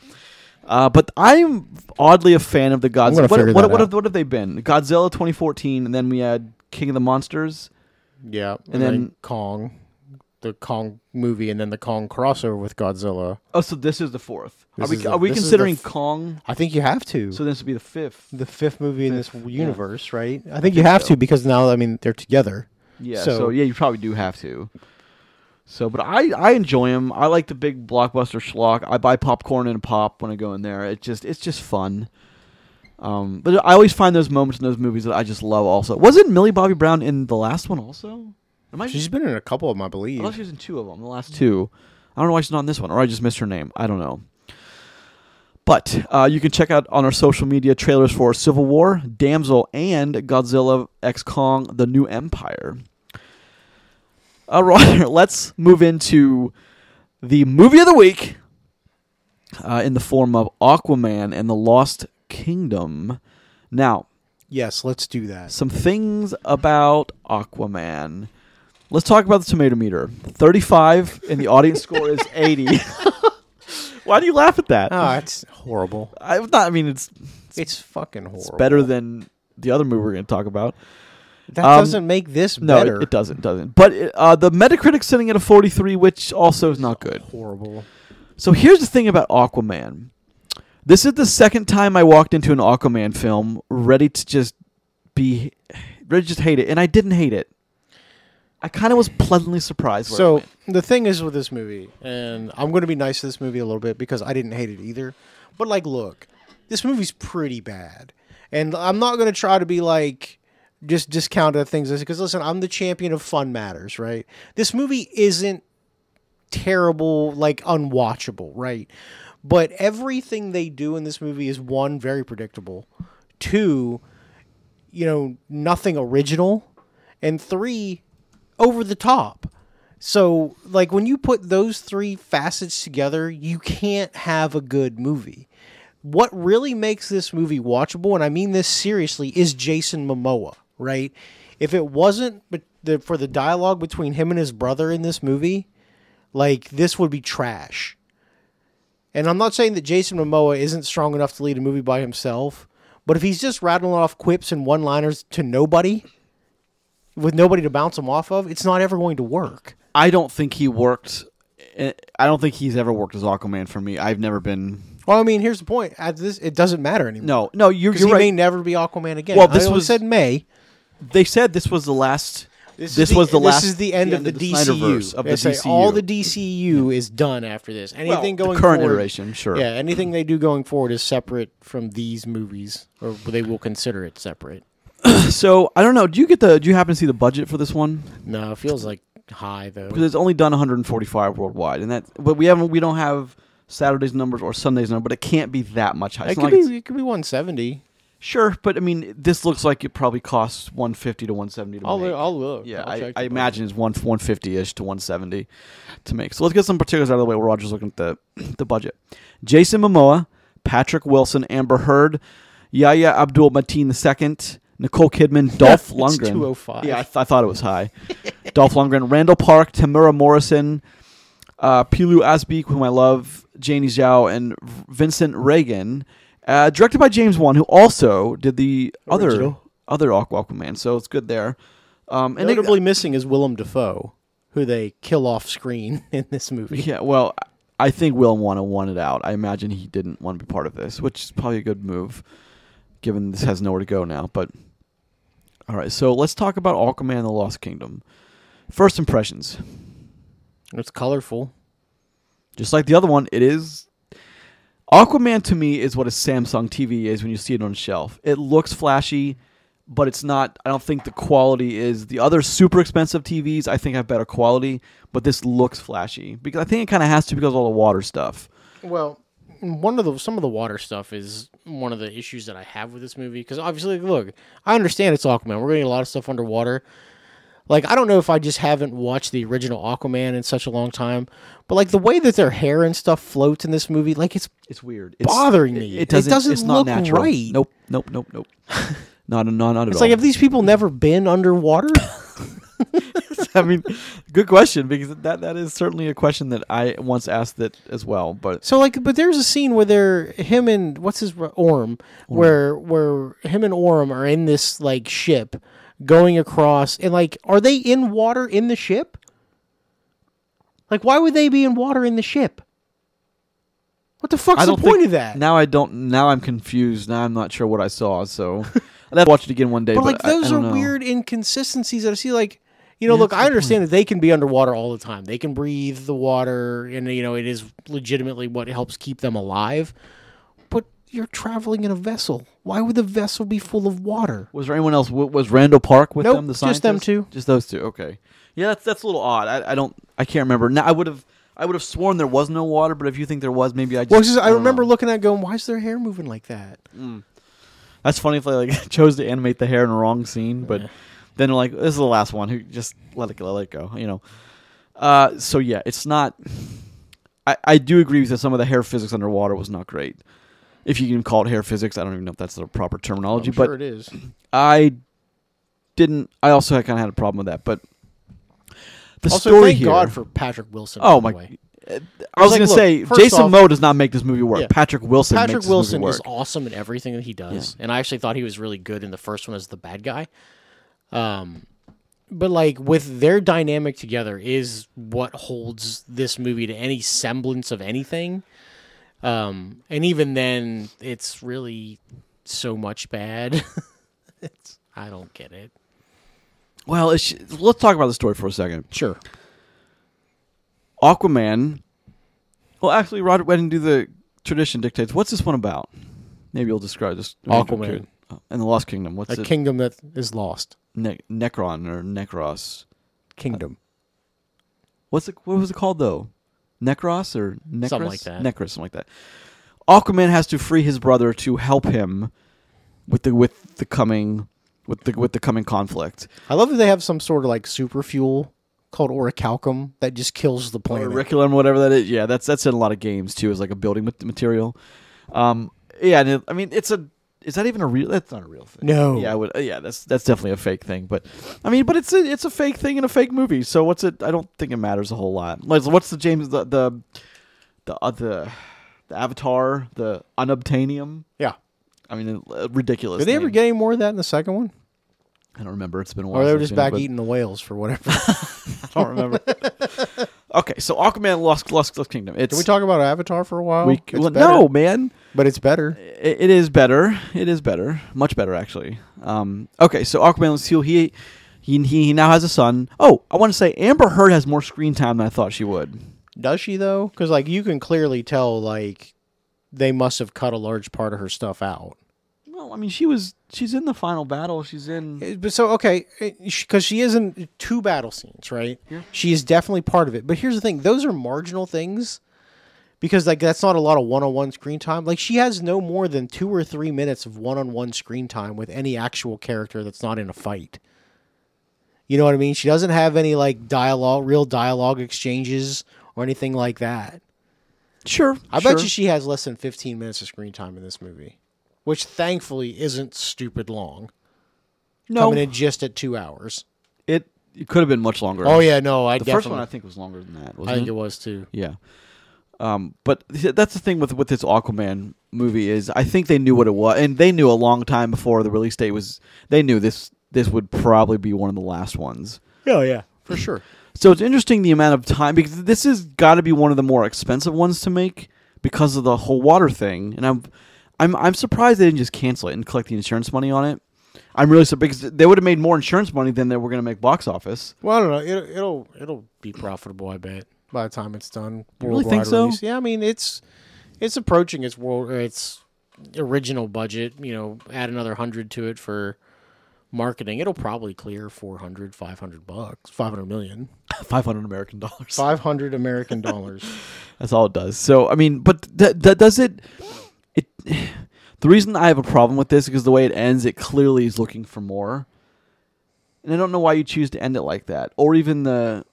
S1: Uh, but I'm oddly a fan of the
S2: gonna
S1: Godzilla. What,
S2: figure
S1: what,
S2: that
S1: what,
S2: out.
S1: have, what have they been? Godzilla 2014, and then we had King of the Monsters.
S2: Yeah,
S1: then-
S2: and, then, Kong, the Kong movie, and then the Kong crossover with Godzilla.
S1: Oh, so this is the fourth. are
S2: This is
S1: we
S2: the-
S1: are we
S2: this is the
S1: considering
S2: f-
S1: Kong?
S2: I think you have to.
S1: So this would be the fifth.
S2: the fifth movie in this universe, right? I think you have to because now I mean they're together.
S1: Yeah. So,
S2: So-
S1: yeah, you probably do have to. So, but I I enjoy them. I like the big blockbuster schlock. I buy popcorn and a pop when I go in there. It just it's just fun. Um, but I always find those moments in those movies that I just love. Also, wasn't Millie Bobby Brown in the last one also? Am I
S2: She's been in a couple of them, I
S1: I thought she
S2: believe.
S1: was in two of them, the last two. I don't know why she's not in this one, or I just missed her name. I don't know. But uh, you can check out on our social media trailers for Civil War, Damsel, and Godzilla X Kong: The New Empire. All right, let's move into the movie of the week uh, in the form of Aquaman and the Lost Kingdom. Now,
S2: Yes, let's do that.
S1: some things about Aquaman. Let's talk about the tomato meter. 35 and the audience score is 80. Why do you laugh at that?
S2: Oh, it's horrible.
S1: I, not, I mean, it's,
S2: It's fucking horrible.
S1: it's better than the other movie we're going to talk about.
S2: That
S1: um,
S2: doesn't make this
S1: No,
S2: better.
S1: It, it doesn't. Doesn't. But it, uh, the Metacritic's sitting at a 43, which also is not good.
S2: Horrible.
S1: So here's the thing about Aquaman. This is the second time I walked into an Aquaman film ready to just be, ready to just hate it, and I didn't hate it. I kind of was pleasantly surprised. where it
S2: So
S1: went.
S2: the thing is with this movie, and I'm going to be nice to this movie a little bit because I didn't hate it either. But like, look, this movie's pretty bad, and I'm not going to try to be like just discount other things because listen, I'm the champion of fun matters, right? This movie isn't terrible, like unwatchable, right? But everything they do in this movie is one very predictable, two, you know, nothing original, and three, over the top. So, like, when you put those three facets together, you can't have a good movie. What really makes this movie watchable, and I mean this seriously, is Jason Momoa, right? If it wasn't but the, for the dialogue between him and his brother in this movie, like, this would be trash. And I'm not saying that Jason Momoa isn't strong enough to lead a movie by himself, but if he's just rattling off quips and one liners to nobody, with nobody to bounce them off of, it's not ever going to work.
S1: I don't think he worked. eh, I don't think he's ever worked as Aquaman for me. I've never been.
S2: Well, I mean, here's the point. At this, it doesn't matter anymore.
S1: No, no, you're,
S2: 'Cause
S1: you're
S2: he
S1: right.
S2: may never be Aquaman again.
S1: Well,
S2: Well,
S1: this
S2: this was
S1: was-
S2: said May.
S1: they said this was the last. This,
S2: is the-
S1: was the
S2: this
S1: last.
S2: is the end of the,
S1: Snyderverse
S2: DCU.
S1: of the
S2: They say
S1: DCU.
S2: All the DCU is done after this.
S1: Well,
S2: Anything
S1: the
S2: going
S1: current
S2: forward,
S1: iteration, sure.
S2: Yeah, anything they do going forward is separate from these movies, or they will consider it separate.
S1: So I don't know. Do you get the? Do you happen to see the budget for this one?
S2: No, it feels like high though.
S1: Because it's only done 145 worldwide, and that. But we haven't. We don't have Saturday's numbers or Sunday's number, but it can't be that much high.
S2: It
S1: It's
S2: could
S1: not like it's-
S2: be. It could be 170.
S1: sure, but I mean, this looks like it probably costs 150 to 170 to
S2: I'll,
S1: make.
S2: I'll look.
S1: Yeah,
S2: I'll
S1: I,
S2: check
S1: I
S2: the
S1: imagine it's one one fifty ish to one seventy to make. So let's get some particulars out of the way. While Roger's looking at the the budget. Jason Momoa, Patrick Wilson, Amber Heard, Yahya Abdul Mateen II, Nicole Kidman, Dolph
S2: It's
S1: Lundgren.
S2: 205.
S1: Yeah, I, th- I thought it was high. Dolph Lundgren, Randall Park, Tamura Morrison, uh, Pilu Asbeek, whom I love, Janie Zhao, and V- Vincent Reagan. Uh, directed by James Wan, who also did the
S2: Original.
S1: other other Aqu- Aquaman, so it's good there. Um, and it-
S2: Notably missing is Willem Dafoe, who they kill off screen in this movie.
S1: Yeah, well, I think Willem want to want it out. I imagine he didn't want to be part of this, which is probably a good move, given this has nowhere to go now. But all right, so let's talk about Aquaman and the Lost Kingdom. First impressions,
S2: It's colorful.
S1: just like the other one, it is Aquaman to me is what a Samsung TV is when you see it on a shelf. It looks flashy, but it's not. I don't think the quality is the other super expensive TVs. I think have better quality, but this looks flashy because I think it kind of has to because of all the water stuff.
S2: Well, one of the some of the water stuff is one of the issues that I have with this movie because obviously, look, I understand it's Aquaman. We're getting a lot of stuff underwater. Like I don't know if I just haven't watched the original Aquaman in such a long time, but like the way that their hair and stuff floats in this movie, like it's
S1: It's weird.
S2: bothering me.
S1: It,
S2: It
S1: doesn't.
S2: doesn't
S1: it's not
S2: look
S1: natural.
S2: right.
S1: Nope. Nope. Nope. Nope. not, not, not at
S2: it's
S1: all.
S2: like have these people never been underwater?
S1: I mean, good question because that that is certainly a question that I once asked that as well. But
S2: So like, but there's a scene where they're him and what's his Orm, where where him and Orm are in this like ship going across, and like, are they in water in the ship? Like, why would they be in water in the ship? What the fuck's
S1: I
S2: the
S1: don't
S2: point
S1: think,
S2: of that?
S1: Now I don't. Now I'm confused. Now I'm not sure what I saw. So I'll have to watch it again one day.
S2: but
S1: But,
S2: like,
S1: I- I
S2: those are
S1: don't know.
S2: weird inconsistencies that I see. Like, you know, look, I understand that they can be underwater all the time. They can breathe the water, and you know, it is legitimately what helps keep them alive. But you're traveling in a vessel. Why would the vessel be full of water?
S1: Was there anyone else? W- Was Randall Park with
S2: Nope,
S1: them? The
S2: just them
S1: scientist?
S2: two.
S1: Just those two. Okay. Yeah, that's that's a little odd. I, I don't. I can't remember. Now I would have. I would have sworn there was no water. But if you think there was, maybe I just.
S2: Well, it's just, I
S1: don't
S2: remember
S1: know.
S2: looking at it going, why is their hair moving like that?
S1: That's funny if they like chose to animate the hair in the wrong scene, but then they're like, "This is the last one. Who just let it go, let it go." You know. Uh, so yeah, it's not. I I do agree with you that some of the hair physics underwater was not great. If you can call it hair physics, I don't even know if that's the proper terminology,
S2: I'm
S1: but
S2: sure it is.
S1: I didn't. I also kind of had a problem with that, but the
S2: also,
S1: story
S2: thank
S1: here.
S2: God for Patrick Wilson.
S1: oh my!
S2: by the way.
S1: I was
S2: like,
S1: gonna
S2: look,
S1: say
S2: first
S1: Jason
S2: off-
S1: Moe does not make this movie work.
S2: Yeah.
S1: Patrick Wilson.
S2: Patrick
S1: makes this
S2: Wilson
S1: movie work.
S2: is awesome in everything that he does, and I actually thought he was really good in the first one as the bad guy. Um, but like with their dynamic together is what holds this movie to any semblance of anything. Um, and even then, it's really so much bad. it's I don't get it.
S1: Well, it's, let's talk about the story for a second.
S2: Sure,
S1: Aquaman. Well, actually, Robert Wedding do the tradition dictates. What's this one about? Maybe you'll describe this.
S2: Aquaman.
S1: Oh, And the Lost Kingdom. What's
S2: a
S1: it?
S2: kingdom that is lost.
S1: Ne- Necron or Necros?
S2: Kingdom.
S1: What's it? What was it called though? Necros or Necros?
S2: Something like that.
S1: Necros, something like that. Aquaman has to free his brother to help him with the with the coming with the with the coming conflict.
S2: I love that they have some sort of like super fuel called orichalcum that just kills the planet.
S1: Curriculum, whatever that is. Yeah, that's that's in a lot of games too. Is like a building mat- material. Um, yeah, and it, I mean it's a. Is that even a real? That's not a real thing.
S2: No.
S1: Yeah, I would. uh, Yeah, that's that's definitely a fake thing. But I mean, but it's a it's a fake thing in a fake movie. So what's it? I don't think it matters a whole lot. Like, what's the James the the the other the Avatar the unobtainium?
S2: yeah.
S1: I mean, uh, ridiculous.
S2: Did they ever
S1: name.
S2: get any more of that in the second one?
S1: I don't remember. It's been a while.
S2: Or they were
S1: since I've seen
S2: just
S1: it,
S2: back
S1: but-
S2: eating the whales for whatever.
S1: I don't remember. okay, so Aquaman lost lost Lost Kingdom. It's
S2: Did we talk about Avatar for a while?
S1: we-
S2: It's
S1: well,
S2: better,
S1: no man.
S2: but it's better.
S1: it, it is better. It is better. Much better, actually. Um, okay, so Aquaman Seal, he, he he he now has a son. Oh, I want to say Amber Heard has more screen time than I thought she would.
S2: Does she though? Because like you can clearly tell like they must have cut a large part of her stuff out.
S1: Well, I mean, she was she's in the final battle. She's in.
S2: Eh, But so okay, because she is in two battle scenes, right? She is definitely part of it. But here's the thing: those are marginal things because like that's not a lot of one-on-one screen time. Like she has no more than two or three minutes of one-on-one screen time with any actual character that's not in a fight. You know what I mean? She doesn't have any like dialogue, real dialogue exchanges or anything like that.
S1: Sure,
S2: I
S1: sure.
S2: bet you she has less than 15 minutes of screen time in this movie, which thankfully isn't stupid long.
S1: no.
S2: Coming in just at two hours.
S1: It it could have been much longer.
S2: Oh yeah, no, I
S1: the
S2: definitely.
S1: first one I think was longer than that.
S2: I
S1: Wasn't
S2: think
S1: it?
S2: it was too.
S1: Yeah. Um, but th- that's the thing with with this Aquaman movie is I think they knew what it was, and they knew a long time before the release date was. They knew this this would probably be one of the last ones.
S2: Oh yeah, for sure.
S1: So it's interesting the amount of time because this has got to be one of the more expensive ones to make because of the whole water thing, and I'm I'm I'm surprised they didn't just cancel it and collect the insurance money on it. I'm really surprised because they would have made more insurance money than they were going to make box office.
S2: Well, I don't know. It'll it'll it'll be profitable. I bet by the time it's done.
S1: really think
S2: worldwide
S1: so?
S2: release. Yeah, I mean it's it's approaching its world or its original budget. You know, add another hundred to it for marketing. It'll probably clear 400, 500 bucks, five hundred million,
S1: Five hundred American dollars.
S2: five hundred American dollars.
S1: That's all it does. So I mean, but that that does it. It the reason I have a problem with this is because the way it ends, it clearly is looking for more, and I don't know why you choose to end it like that, or even the.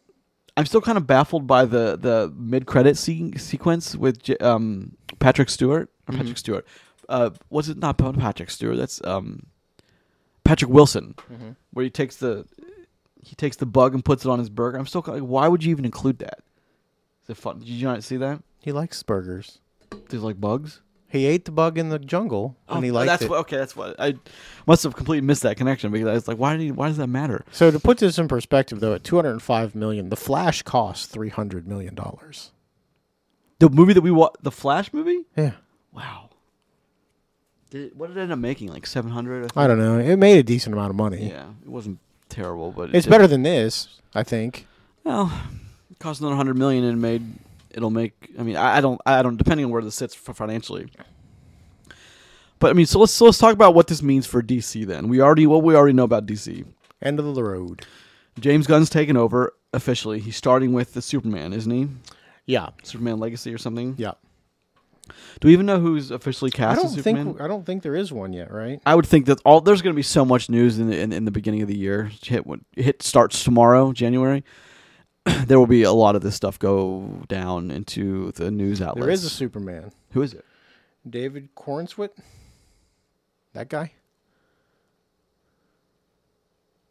S1: I'm still kind of baffled by the the mid credit se- sequence with J- um Patrick Stewart or Patrick Stewart. Uh, was it not Pa- Patrick Stewart? That's um Patrick Wilson, where he takes the he takes the bug and puts it on his burger. I'm still kind of like, why would you even include that? Is it fun? Did you not see that?
S2: He likes burgers.
S1: There's like bugs.
S2: He ate the bug in the jungle and he liked
S1: Oh, that's
S2: it.
S1: What, okay, that's what I must have completely missed that connection because I was like, why did he, why does that matter?
S2: so to put this in perspective, though, at two hundred and five million, the Flash costs three hundred million dollars.
S1: The movie that we watched, the Flash movie.
S2: Yeah,
S1: Wow. Did it, what did it end up making? Like seven hundred.
S2: I don't know. It made a decent amount of money.
S1: Yeah, it wasn't terrible, but it
S2: it's
S1: did-
S2: better than this, I think.
S1: Well, it cost another hundred million and made it'll make. I mean, I, I don't, I don't. Depending on where this sits f- financially. But I mean, so let's so let's talk about what this means for DC. Then we already what we already know about DC.
S2: End of the road.
S1: James Gunn's taken over officially. He's starting with the Superman, isn't he?
S2: Yeah,
S1: Superman Legacy or something.
S2: yeah.
S1: Do we even know who's officially cast
S2: I don't
S1: as Superman?
S2: think I don't think there is one yet, right?
S1: I would think that all there's going to be so much news in the, in, in the beginning of the year. Hit when- hit starts tomorrow, January. there will be a lot of this stuff go down into the news outlets.
S2: There is a Superman,
S1: who is it?
S2: David Cornswit. That guy.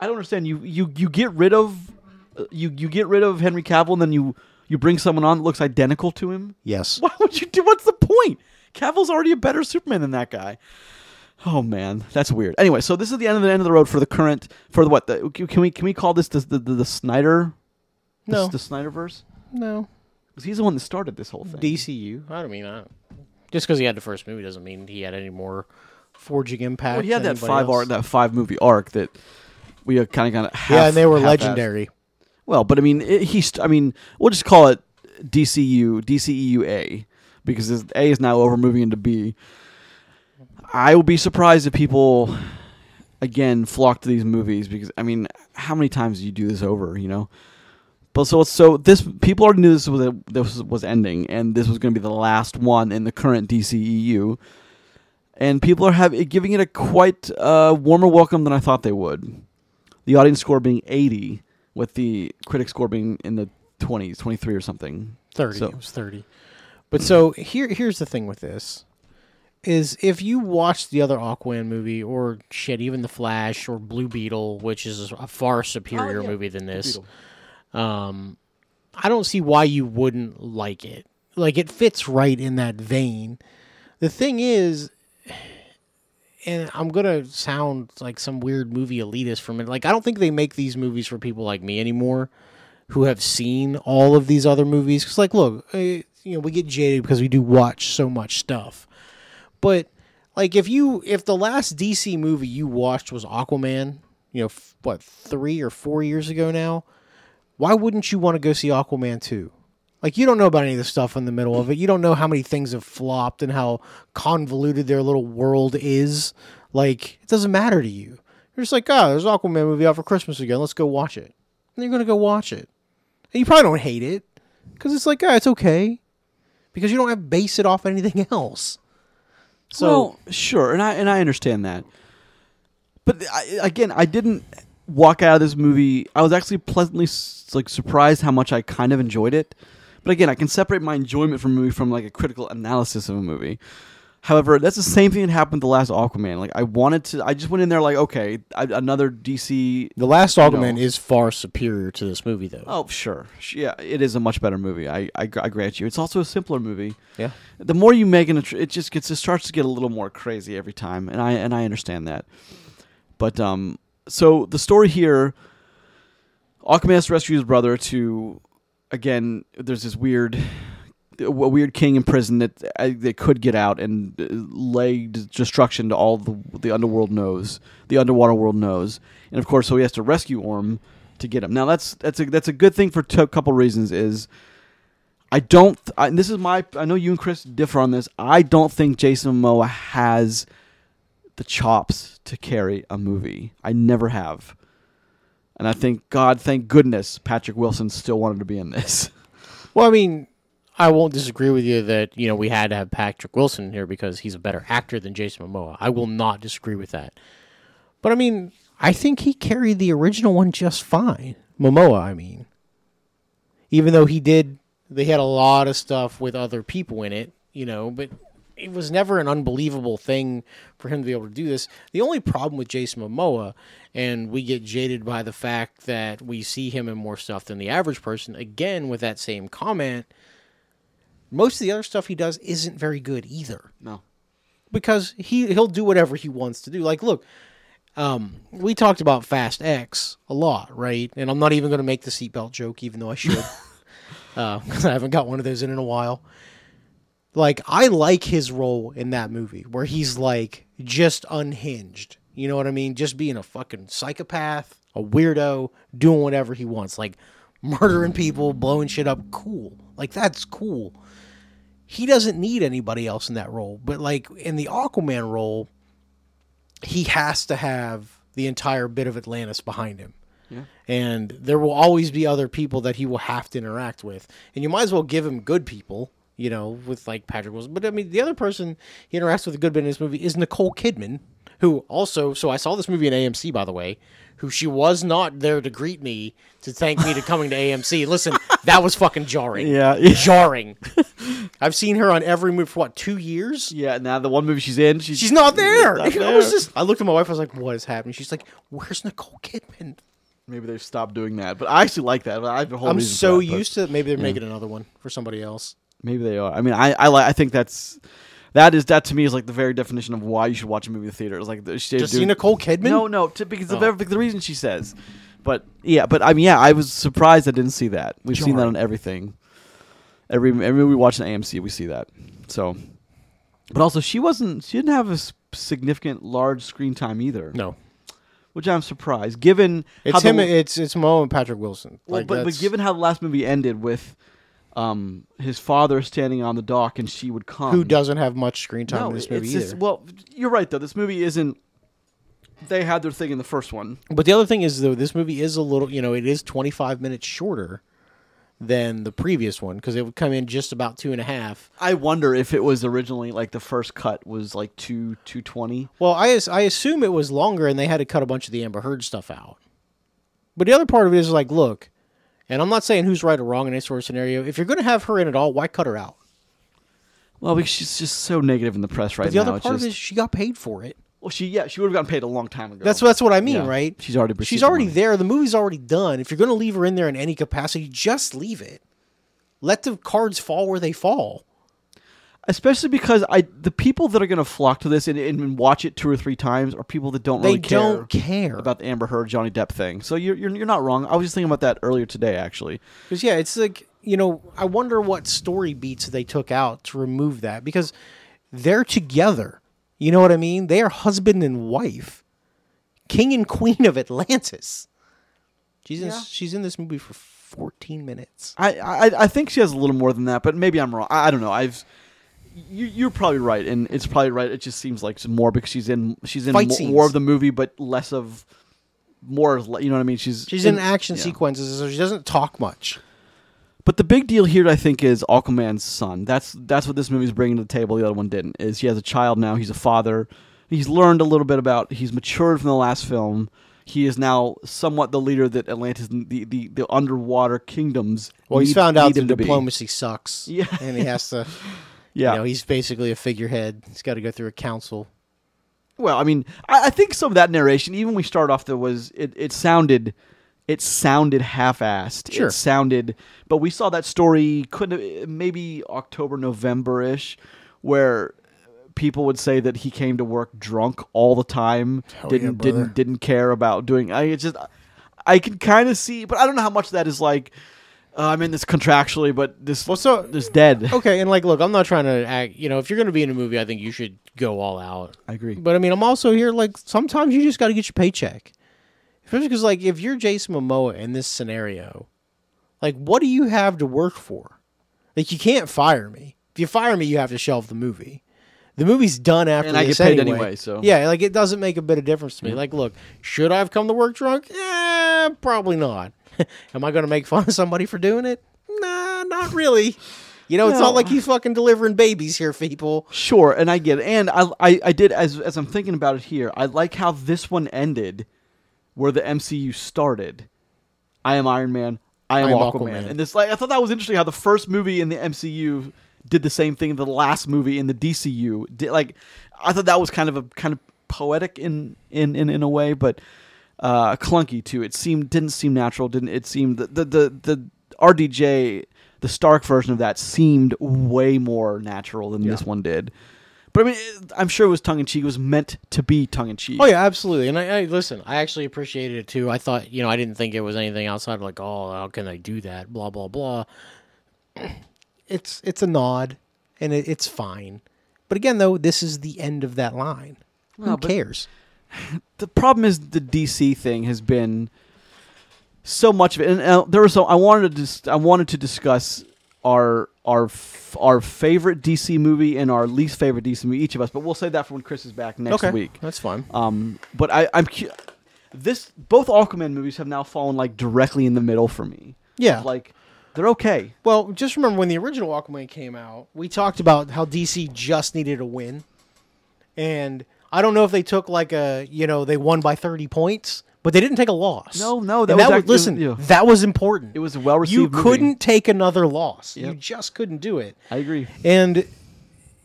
S1: I don't understand. You you you get rid of uh, you you get rid of Henry Cavill and then you you bring someone on that looks identical to him.
S2: Yes.
S1: Why would you do? What's the point? Cavill's already a better Superman than that guy. Oh man, that's weird. Anyway, so this is the end of the end of the road for the current for the what? The, can we can we call this the the, the, the Snyder? The,
S2: No.
S1: the Snyderverse.
S2: No.
S1: 'Cause he's the one that started this whole thing.
S2: DCU. I don't mean I just because he had the first movie doesn't mean he had any more forging impact.
S1: Well, he had
S2: than
S1: that
S2: anybody
S1: five
S2: else.
S1: arc, that five movie arc that we kind of kind of
S2: yeah, and they were legendary.
S1: Well, but I mean, it, he. St- I mean, we'll just call it DCU, DCEUA, E because this- A is now over, moving into B. I will be surprised if people again flock to these movies because I mean, how many times do you do this over? You know. But so so this people already knew this was this was ending, and this was going to be the last one in the current DCEU. And people are have, giving it a quite uh, warmer welcome than I thought they would the audience score being 80 with the critic score being in the 20s 23 or something
S2: Thirty.
S1: So-
S2: It was thirty. But so here, here's the thing with this: is if you watch the other Aquaman movie, or shit, even the Flash, or Blue Beetle, which is a far superior
S1: yeah.
S2: movie than this, um, I don't see why you wouldn't like it. Like it fits right in that vein. The thing is, and I'm gonna sound like some weird movie elitist for a minute. Like I don't think they make these movies for people like me anymore, who have seen all of these other movies. Because like, look, uh, you know, we get jaded because we do watch so much stuff. But like, if you if the last DC movie you watched was Aquaman, you know, f- what three or four years ago now, why wouldn't you want to go see Aquaman 2? Like, you don't know about any of the stuff in the middle of it. You don't know how many things have flopped and how convoluted their little world is. Like, it doesn't matter to you. You're just like, oh, there's an Aquaman movie out for Christmas again. Let's go watch it. And you're going to go watch it. And you probably don't hate it because it's like, ah, it's okay. Because you don't have base it off anything else. So,
S1: well, sure and i and i understand that but I, again i didn't walk out of this movie i was actually pleasantly s- like surprised how much i kind of enjoyed it but again i can separate my enjoyment from a movie from like a critical analysis of a movie However, that's the same thing that happened with the last Aquaman. Like I wanted to, I just went in there like, okay, I, another DC
S2: the last Aquaman
S1: No.
S2: is far superior to this movie, though.
S1: Oh, sure. Sh- Yeah, it is a much better movie. I, I, gr- I grant you. It's also a simpler movie.
S2: Yeah.
S1: The more you make an, attr- it just gets, it starts to get a little more crazy every time, and I, and I understand that. But um, so the story here, Aquaman has to rescue his brother to, again, there's this weird, a weird king in prison that uh, that could get out and uh, lay d- destruction to all the the underworld knows, the underwater world knows, and of course, so he has to rescue Orm to get him. Now that's that's a that's a good thing for a couple reasons. Is I don't, I, and this is my, I know you and Chris differ on this. I don't think Jason Momoa has the chops to carry a movie. I never have. And I think, God, thank goodness Patrick Wilson still wanted to be in this.
S2: Well, I mean, I won't disagree with you that you know we had to have Patrick Wilson here because he's a better actor than Jason Momoa. I will not disagree with that. But I mean, I think he carried the original one just fine. Momoa, I mean, even though he did, they had a lot of stuff with other people in it, you know, but. It was never an unbelievable thing for him to be able to do this. The only problem with Jason Momoa, and we get jaded by the fact that we see him in more stuff than the average person, again, with that same comment, most of the other stuff he does isn't very good either
S1: No.
S2: because he he'll do whatever he wants to do. Like, look, um, we talked about Fast X a lot, right? And I'm not even going to make the seatbelt joke, even though I should, because I haven't got one of those in in a while. Like, I like his role in that movie where he's like just unhinged. You know what I mean? Just being a fucking psychopath, a weirdo, doing whatever he wants, like murdering people, blowing shit up. Cool. Like, that's cool he doesn't need anybody else in that role. But like in the Aquaman role, he has to have the entire bit of Atlantis behind him.
S1: Yeah.
S2: And there will always be other people that he will have to interact with. And you might as well give him good people, you know, with like Patrick Wilson. But I mean, the other person he interacts with a good bit in this movie is Nicole Kidman, who also, so I saw this movie in AMC, by the way, who she was not there to greet me to thank me to coming to AMC. Listen, that was fucking jarring
S1: Yeah.
S2: jarring. I've seen her on every movie for what two years.
S1: Yeah, now the one movie she's in, she's,
S2: She's not there.
S1: Not
S2: I was
S1: there.
S2: just. I looked at my wife. I was like, "What is happening?" She's like, "Where's Nicole Kidman?"
S1: Maybe they've stopped doing that, but I actually like that. I have a whole
S2: I'm
S1: reason for
S2: so
S1: that, but-
S2: used to it. Maybe they're making another one for somebody else.
S1: Maybe they are. I mean, I I, li- I think that's that is that to me is like the very definition of why you should watch a movie in the theater. It's like the- she
S2: Just
S1: do-
S2: see Nicole Kidman.
S1: No, no, to, because
S2: Oh.
S1: of everything, the reason she says. But yeah, but I mean, yeah, I was surprised I didn't see that. We've seen that on
S2: Jarring.
S1: everything. Every every we watch an AMC, we see that. So, but also she wasn't. She didn't have a s- significant large screen time either.
S2: no.
S1: which I'm surprised given
S2: It's
S1: the-
S2: him. It's it's Mo and Patrick Wilson.
S1: well,
S2: Like,
S1: but, but
S2: that's-
S1: given how the last movie ended with um, his father standing on the dock and she would come.
S2: who doesn't have much screen time in this movie
S1: it's
S2: either.
S1: just- well, you're right though. This movie isn't. They had their thing in the first one.
S2: But the other thing is though, this movie is a little, you know, it is 25 minutes shorter than the previous one because it would come in just about two and a half.
S1: I wonder if it was originally like the first cut was like two two twenty.
S2: Well, I as- I assume it was longer and they had to cut a bunch of the Amber Heard stuff out. But the other part of it is like, look, and I'm not saying who's right or wrong in any sort of scenario. If you're going to have her in at all, why cut her out?
S1: Well, because she's just so negative in the press right
S2: But the
S1: now.
S2: other
S1: it's
S2: part of
S1: just-
S2: it is she got paid for it.
S1: well, she yeah, she would have gotten paid a long time ago.
S2: That's that's what I mean,
S1: Yeah.
S2: right?
S1: She's already received
S2: she's
S1: the
S2: already
S1: money.
S2: there. The movie's already done. If you're going to leave her in there in any capacity, just leave it. Let the cards fall where they fall.
S1: especially because I the people that are going to flock to this and, and watch it two or three times are people that don't
S2: They
S1: really care
S2: don't care.
S1: about the Amber Heard Johnny Depp thing. So you're, you're you're not wrong. I was just thinking about that earlier today actually.
S2: Because yeah, it's like you know, I wonder what story beats they took out to remove that because they're together. You know what I mean? They are husband and wife, king and queen of Atlantis. She's in,
S1: Yeah.
S2: she's in this movie for fourteen minutes.
S1: I, I I think she has a little more than that, but maybe I'm wrong. I, I don't know. I've you, you're probably right, and it's probably right. It just seems like it's more because she's in she's in
S2: Fight
S1: mo-
S2: scenes.
S1: more of the movie, but less of more. of le- You know what I mean? She's
S2: She's in action
S1: yeah.
S2: sequences, so she doesn't talk much.
S1: But the big deal here, I think, is Aquaman's son. That's that's what this movie's bringing to the table. The other one didn't. Is he has a child now? He's a father. He's learned a little bit about. He's matured from the last film. He is now somewhat the leader that Atlantis, the the, the underwater kingdoms.
S2: Well, he's
S1: need-
S2: found out
S1: need
S2: that
S1: him to be.
S2: diplomacy sucks.
S1: Yeah.
S2: and he has to.
S1: Yeah.
S2: You know, he's basically a figurehead. He's got to go through a council.
S1: Well, I mean, I, I think some of that narration, even when we start off, there was it, it sounded, it sounded half-assed.
S2: Sure.
S1: It sounded, but we saw that story couldn't maybe October November ish, where people would say that he came to work drunk all the time,
S2: Hell yeah,
S1: didn't
S2: brother.
S1: didn't didn't care about doing. I it's just, I can kind of see, but I don't know how much of that is like. Uh, I'm in this contractually, but this
S2: Well, so-
S1: this dead.
S2: Okay, and like, look, I'm not trying to act. You know, if you're going to be in a movie, I think you should go all out.
S1: I agree.
S2: But I mean, I'm also here. Like, sometimes you just got to get your paycheck, especially because, like, if you're Jason Momoa in this scenario, like, what do you have to work for? Like, you can't fire me. If you fire me, you have to shelve the movie. The movie's done after
S1: And I
S2: this
S1: get paid
S2: anyway.
S1: anyway, so-
S2: yeah, like it doesn't make a bit of difference to me. Like, look, should I have come to work drunk? Eh, probably not. Am I going to make fun of somebody for doing it? Nah, not really. You know, it's
S1: No.
S2: not like he's fucking delivering babies here, people.
S1: Sure, and I get it. And I, I, I did as as I'm thinking about it here. I like how this one ended, where the MCU started. I am Iron Man. I am
S2: I am
S1: Aquaman.
S2: Aquaman.
S1: And this like I thought that was interesting how the first movie in the MCU did the same thing the last movie in the DCU did. Like I thought that was kind of a kind of poetic in in in, in a way, but uh, clunky too. It seemed didn't seem natural. Didn't it seemed the the the, the RDJ the Stark version of that seemed way more natural than this one did. But I mean, it- I'm sure it was tongue in cheek. It was meant to be tongue in cheek.
S2: Oh yeah, absolutely. And I, I listen. I actually appreciated it too. I thought, you know, I didn't think it was anything outside of like, oh, how can I do that? Blah blah blah. It's it's a nod, and it, it's fine. But again, though, this is the end of that line. Who
S1: but-
S2: cares?
S1: the problem is the DC thing has been so much of it, and uh, there was so I wanted to dis- I wanted to discuss our our f- our favorite DC movie and our least favorite DC movie each of us, but we'll save that for when Chris is back next week.
S2: that's fine.
S1: Um, but I I'm cu- this both Aquaman movies have now fallen like directly in the middle for me.
S2: Yeah.
S1: like they're okay.
S2: Well, just remember when the original Aquaman came out, we talked about how DC just needed a win. And I don't know if they took like a, you know, they won by 30 points, but they didn't take a loss.
S1: No, no, that
S2: And
S1: was
S2: that
S1: act-
S2: listen,
S1: yeah.
S2: that was important.
S1: It was a well-received
S2: You
S1: movie.
S2: couldn't take another loss. You
S1: Yep.
S2: just couldn't do it.
S1: I agree.
S2: And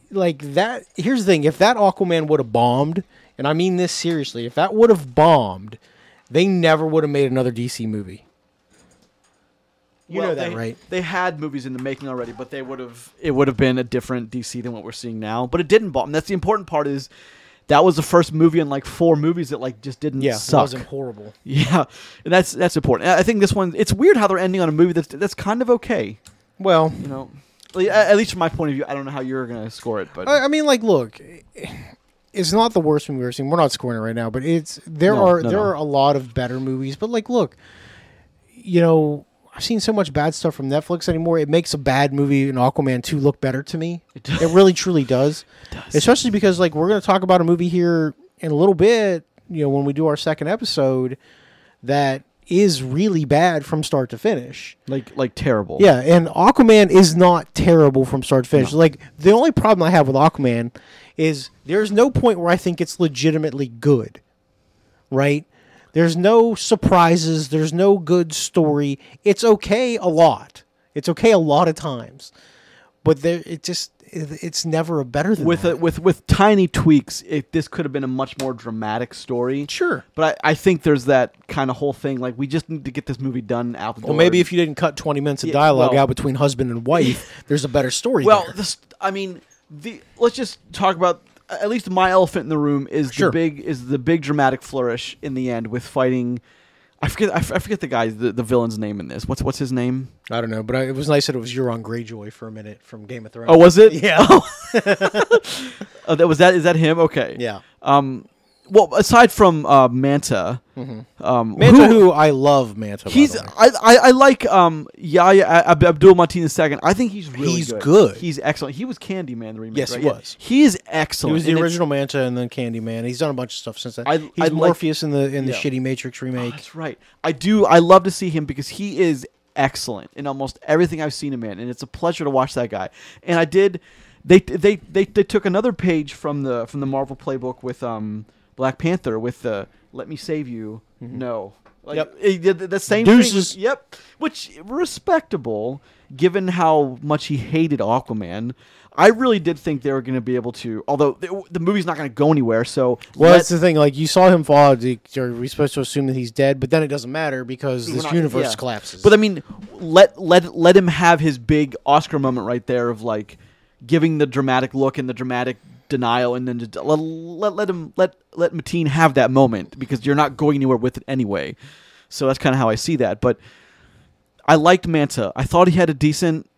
S2: like that, here's the thing: if that Aquaman would have bombed, and I mean this seriously, if that would have bombed, They never would have made another DC movie. You know that,
S1: they,
S2: right?
S1: They had movies in the making already, but they would have it would have been a different DC than what we're seeing now. But it didn't bomb. That's the important part is that was the first movie in like four movies that like just didn't
S2: Yeah, it
S1: suck.
S2: wasn't horrible.
S1: Yeah, and that's that's important. I I think this one it's weird how they're ending on a movie that's that's kind of okay.
S2: Well,
S1: You know, Like, at at least from my point of view, I don't know how you're gonna score it, but
S2: I, I mean, like, look, it's not the worst movie we've ever seen. We're not scoring it right now, but it's there
S1: No,
S2: are
S1: no,
S2: there
S1: no.
S2: are a lot of better movies. But like, look, you know, I've seen so much bad stuff from Netflix anymore. It makes a bad movie in Aquaman two look better to me. It,
S1: does.
S2: really truly does. Especially because like we're gonna talk about a movie here in a little bit. You know, when we do our second episode, that is really bad from start to finish.
S1: like like terrible.
S2: Yeah, and Aquaman is not terrible from start to finish. Like the only problem I have with Aquaman is there's no point where I think it's legitimately good. Right? There's no surprises, there's no good story. It's okay a lot. It's okay a lot of times. But there it just it- it's never a better than
S1: with
S2: that.
S1: a, with with tiny tweaks, it, this could have been a much more dramatic story.
S2: Sure.
S1: But I, I think there's that kind of whole thing like we just need to get this movie done out the door.
S2: Well, maybe if you didn't cut 20 minutes of
S1: Yeah,
S2: dialogue
S1: well-
S2: out between husband and wife, there's a better story.
S1: Well,
S2: there.
S1: this I mean, the let's just talk about at least my elephant in the room is
S2: Sure.
S1: the big is the big dramatic flourish in the end with fighting. I forget I f- I forget the guy the, the villain's name in this. What's what's his name?
S2: I don't know, but I, it was nice that it was Euron Greyjoy for a minute from Game of Thrones.
S1: Oh, was it?
S2: Yeah.
S1: Oh, that was that. Is that him? Okay.
S2: yeah.
S1: Um. Well, aside from uh, Manta, um,
S2: Mm-hmm. Manta, who, I love Manta. by the
S1: He's
S2: way.
S1: I, I, I like um Yahya Ab- Abdul Mateen II. I think he's really
S2: He's
S1: good.
S2: good.
S1: He's excellent. He was Candyman the remake.
S2: Yes, he
S1: right?
S2: was.
S1: Yeah. He is
S2: he
S1: excellent.
S2: was the
S1: And it's-
S2: original Manta and then Candyman. He's done a bunch of stuff since then.
S1: I-
S2: he's
S1: I like-
S2: Morpheus in the in the
S1: Yeah.
S2: shitty Matrix remake.
S1: That's right. I do. I love to see him because he is excellent in almost everything I've seen him in, and it's a pleasure to watch that guy. And I did. They they they, they took another page from the from the Marvel playbook with um Black Panther with the "Let me save you." No. Like,
S2: Mm-hmm. Yep.
S1: it did the- the same
S2: Deuces.
S1: thing. Yep. Which respectable, given how much he hated Aquaman. I really did think they were going to be able to, although the, the movie's not going to go anywhere. So
S2: well,
S1: let-
S2: that's the thing. Like you saw him fall. d- Are we supposed to assume that he's dead? But then it doesn't matter because
S1: We're
S2: this
S1: not-
S2: universe
S1: yeah.
S2: collapses.
S1: But I mean, let let let him have his big Oscar moment right there of like giving the dramatic look and the dramatic denial, and then just let let, let him let let Mateen have that moment because you're not going anywhere with it anyway. So that's kind of how I see that. But I liked Manta. I thought he had a decent.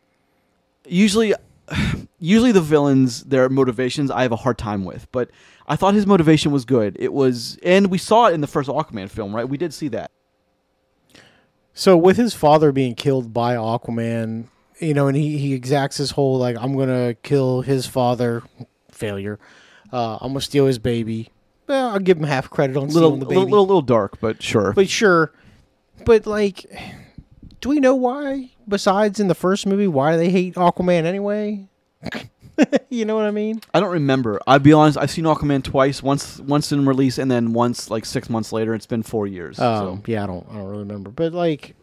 S1: Usually, usually the villains their motivations I have a hard time with, but I thought his motivation was good. It was, and we saw it in the first Aquaman film, right? We did see that.
S2: So with his father being killed by Aquaman, you know, and he, he exacts his whole like I'm gonna kill his father, failure. Uh, I'm gonna steal his baby. Well, I'll give him half credit on
S1: little,
S2: stealing the baby.
S1: little, little, little dark, but sure.
S2: But sure, but like, do we know why? Besides in the first movie, why they hate Aquaman anyway? you know what I mean?
S1: I don't remember. I'll be honest. I've seen Aquaman twice. Once, once in release, and then once like six months later. It's been four years.
S2: Um, Yeah, I don't, I don't really remember. But like,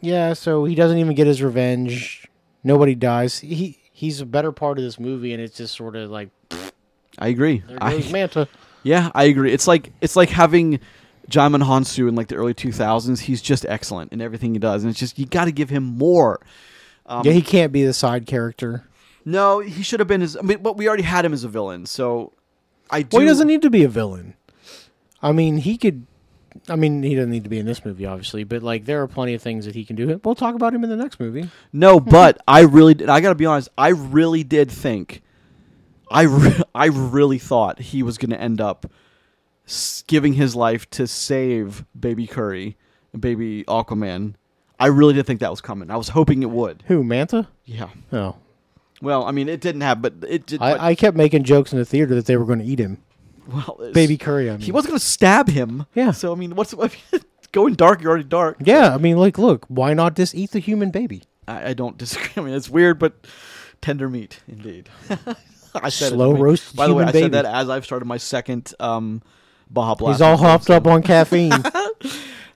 S2: yeah, so he doesn't even get his revenge. Nobody dies. He he's a better part of this movie, and it's just sort of like
S1: so I agree.
S2: there
S1: I-
S2: goes Manta.
S1: yeah, I agree. It's like it's like having Jaimon Hansu in like the early two thousands. He's just excellent in everything he does, and it's just you got to give him more.
S2: yeah, he can't be the side character.
S1: No, he should have been his. I mean, but we already had him as a villain, so I do.
S2: Well, he doesn't need to be a villain. I mean, he could. I mean, he doesn't need to be in this movie, obviously, but like there are plenty of things that he can do. We'll talk about him in the next movie.
S1: No, but I really did. I got to be honest. I really did think. I re- I really thought he was going to end up s- giving his life to save Baby Curry, and Baby Aquaman. I really did think that was coming. I was hoping it would.
S2: Who Manta?
S1: Yeah.
S2: Oh,
S1: Well, I mean, it didn't happen, but it did. but-
S2: I, I kept making jokes in the theater that they were going to eat him.
S1: well, it's-
S2: Baby Curry. I mean.
S1: He wasn't going to stab him.
S2: Yeah.
S1: So I mean, what's I mean, going dark? You're already dark.
S2: Yeah, I mean, like, look, why not just eat the human baby?
S1: I, I don't disagree. I mean, it's weird, but tender meat indeed. I said it
S2: Slow
S1: to me.
S2: roasted
S1: By the way,
S2: human
S1: I said
S2: baby.
S1: that as I've started my second um, Baja Blast.
S2: He's all hopped up on caffeine.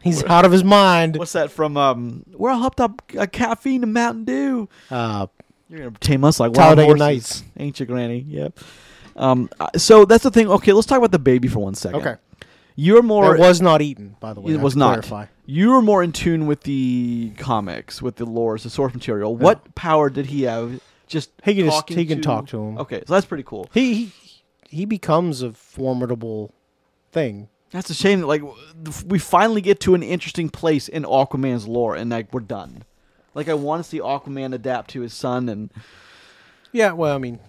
S2: He's out of his mind.
S1: What's that from? Um, we're all hopped up uh, caffeine and Mountain Dew.
S2: Uh,
S1: You're gonna tame us like wild
S2: Talladega
S1: horses,
S2: Nights.
S1: ain't you, Granny? Yep. Um, uh, so that's the thing. Okay, let's talk about the baby for one second.
S2: Okay.
S1: You're more.
S2: That was not Eaton, by the way.
S1: it
S2: I have
S1: was
S2: to
S1: not.
S2: Clarify.
S1: You were more in tune with the comics, with the lore, the source material. What power did he have? Just
S2: He can just-
S1: talking
S2: he can talk to him.
S1: Okay, so that's pretty cool.
S2: He, he he becomes a formidable thing.
S1: That's a shame that like w- th- we finally get to an interesting place in Aquaman's lore, and like we're done. Like I want to see Aquaman adapt to his son. And
S2: Yeah, well, I mean,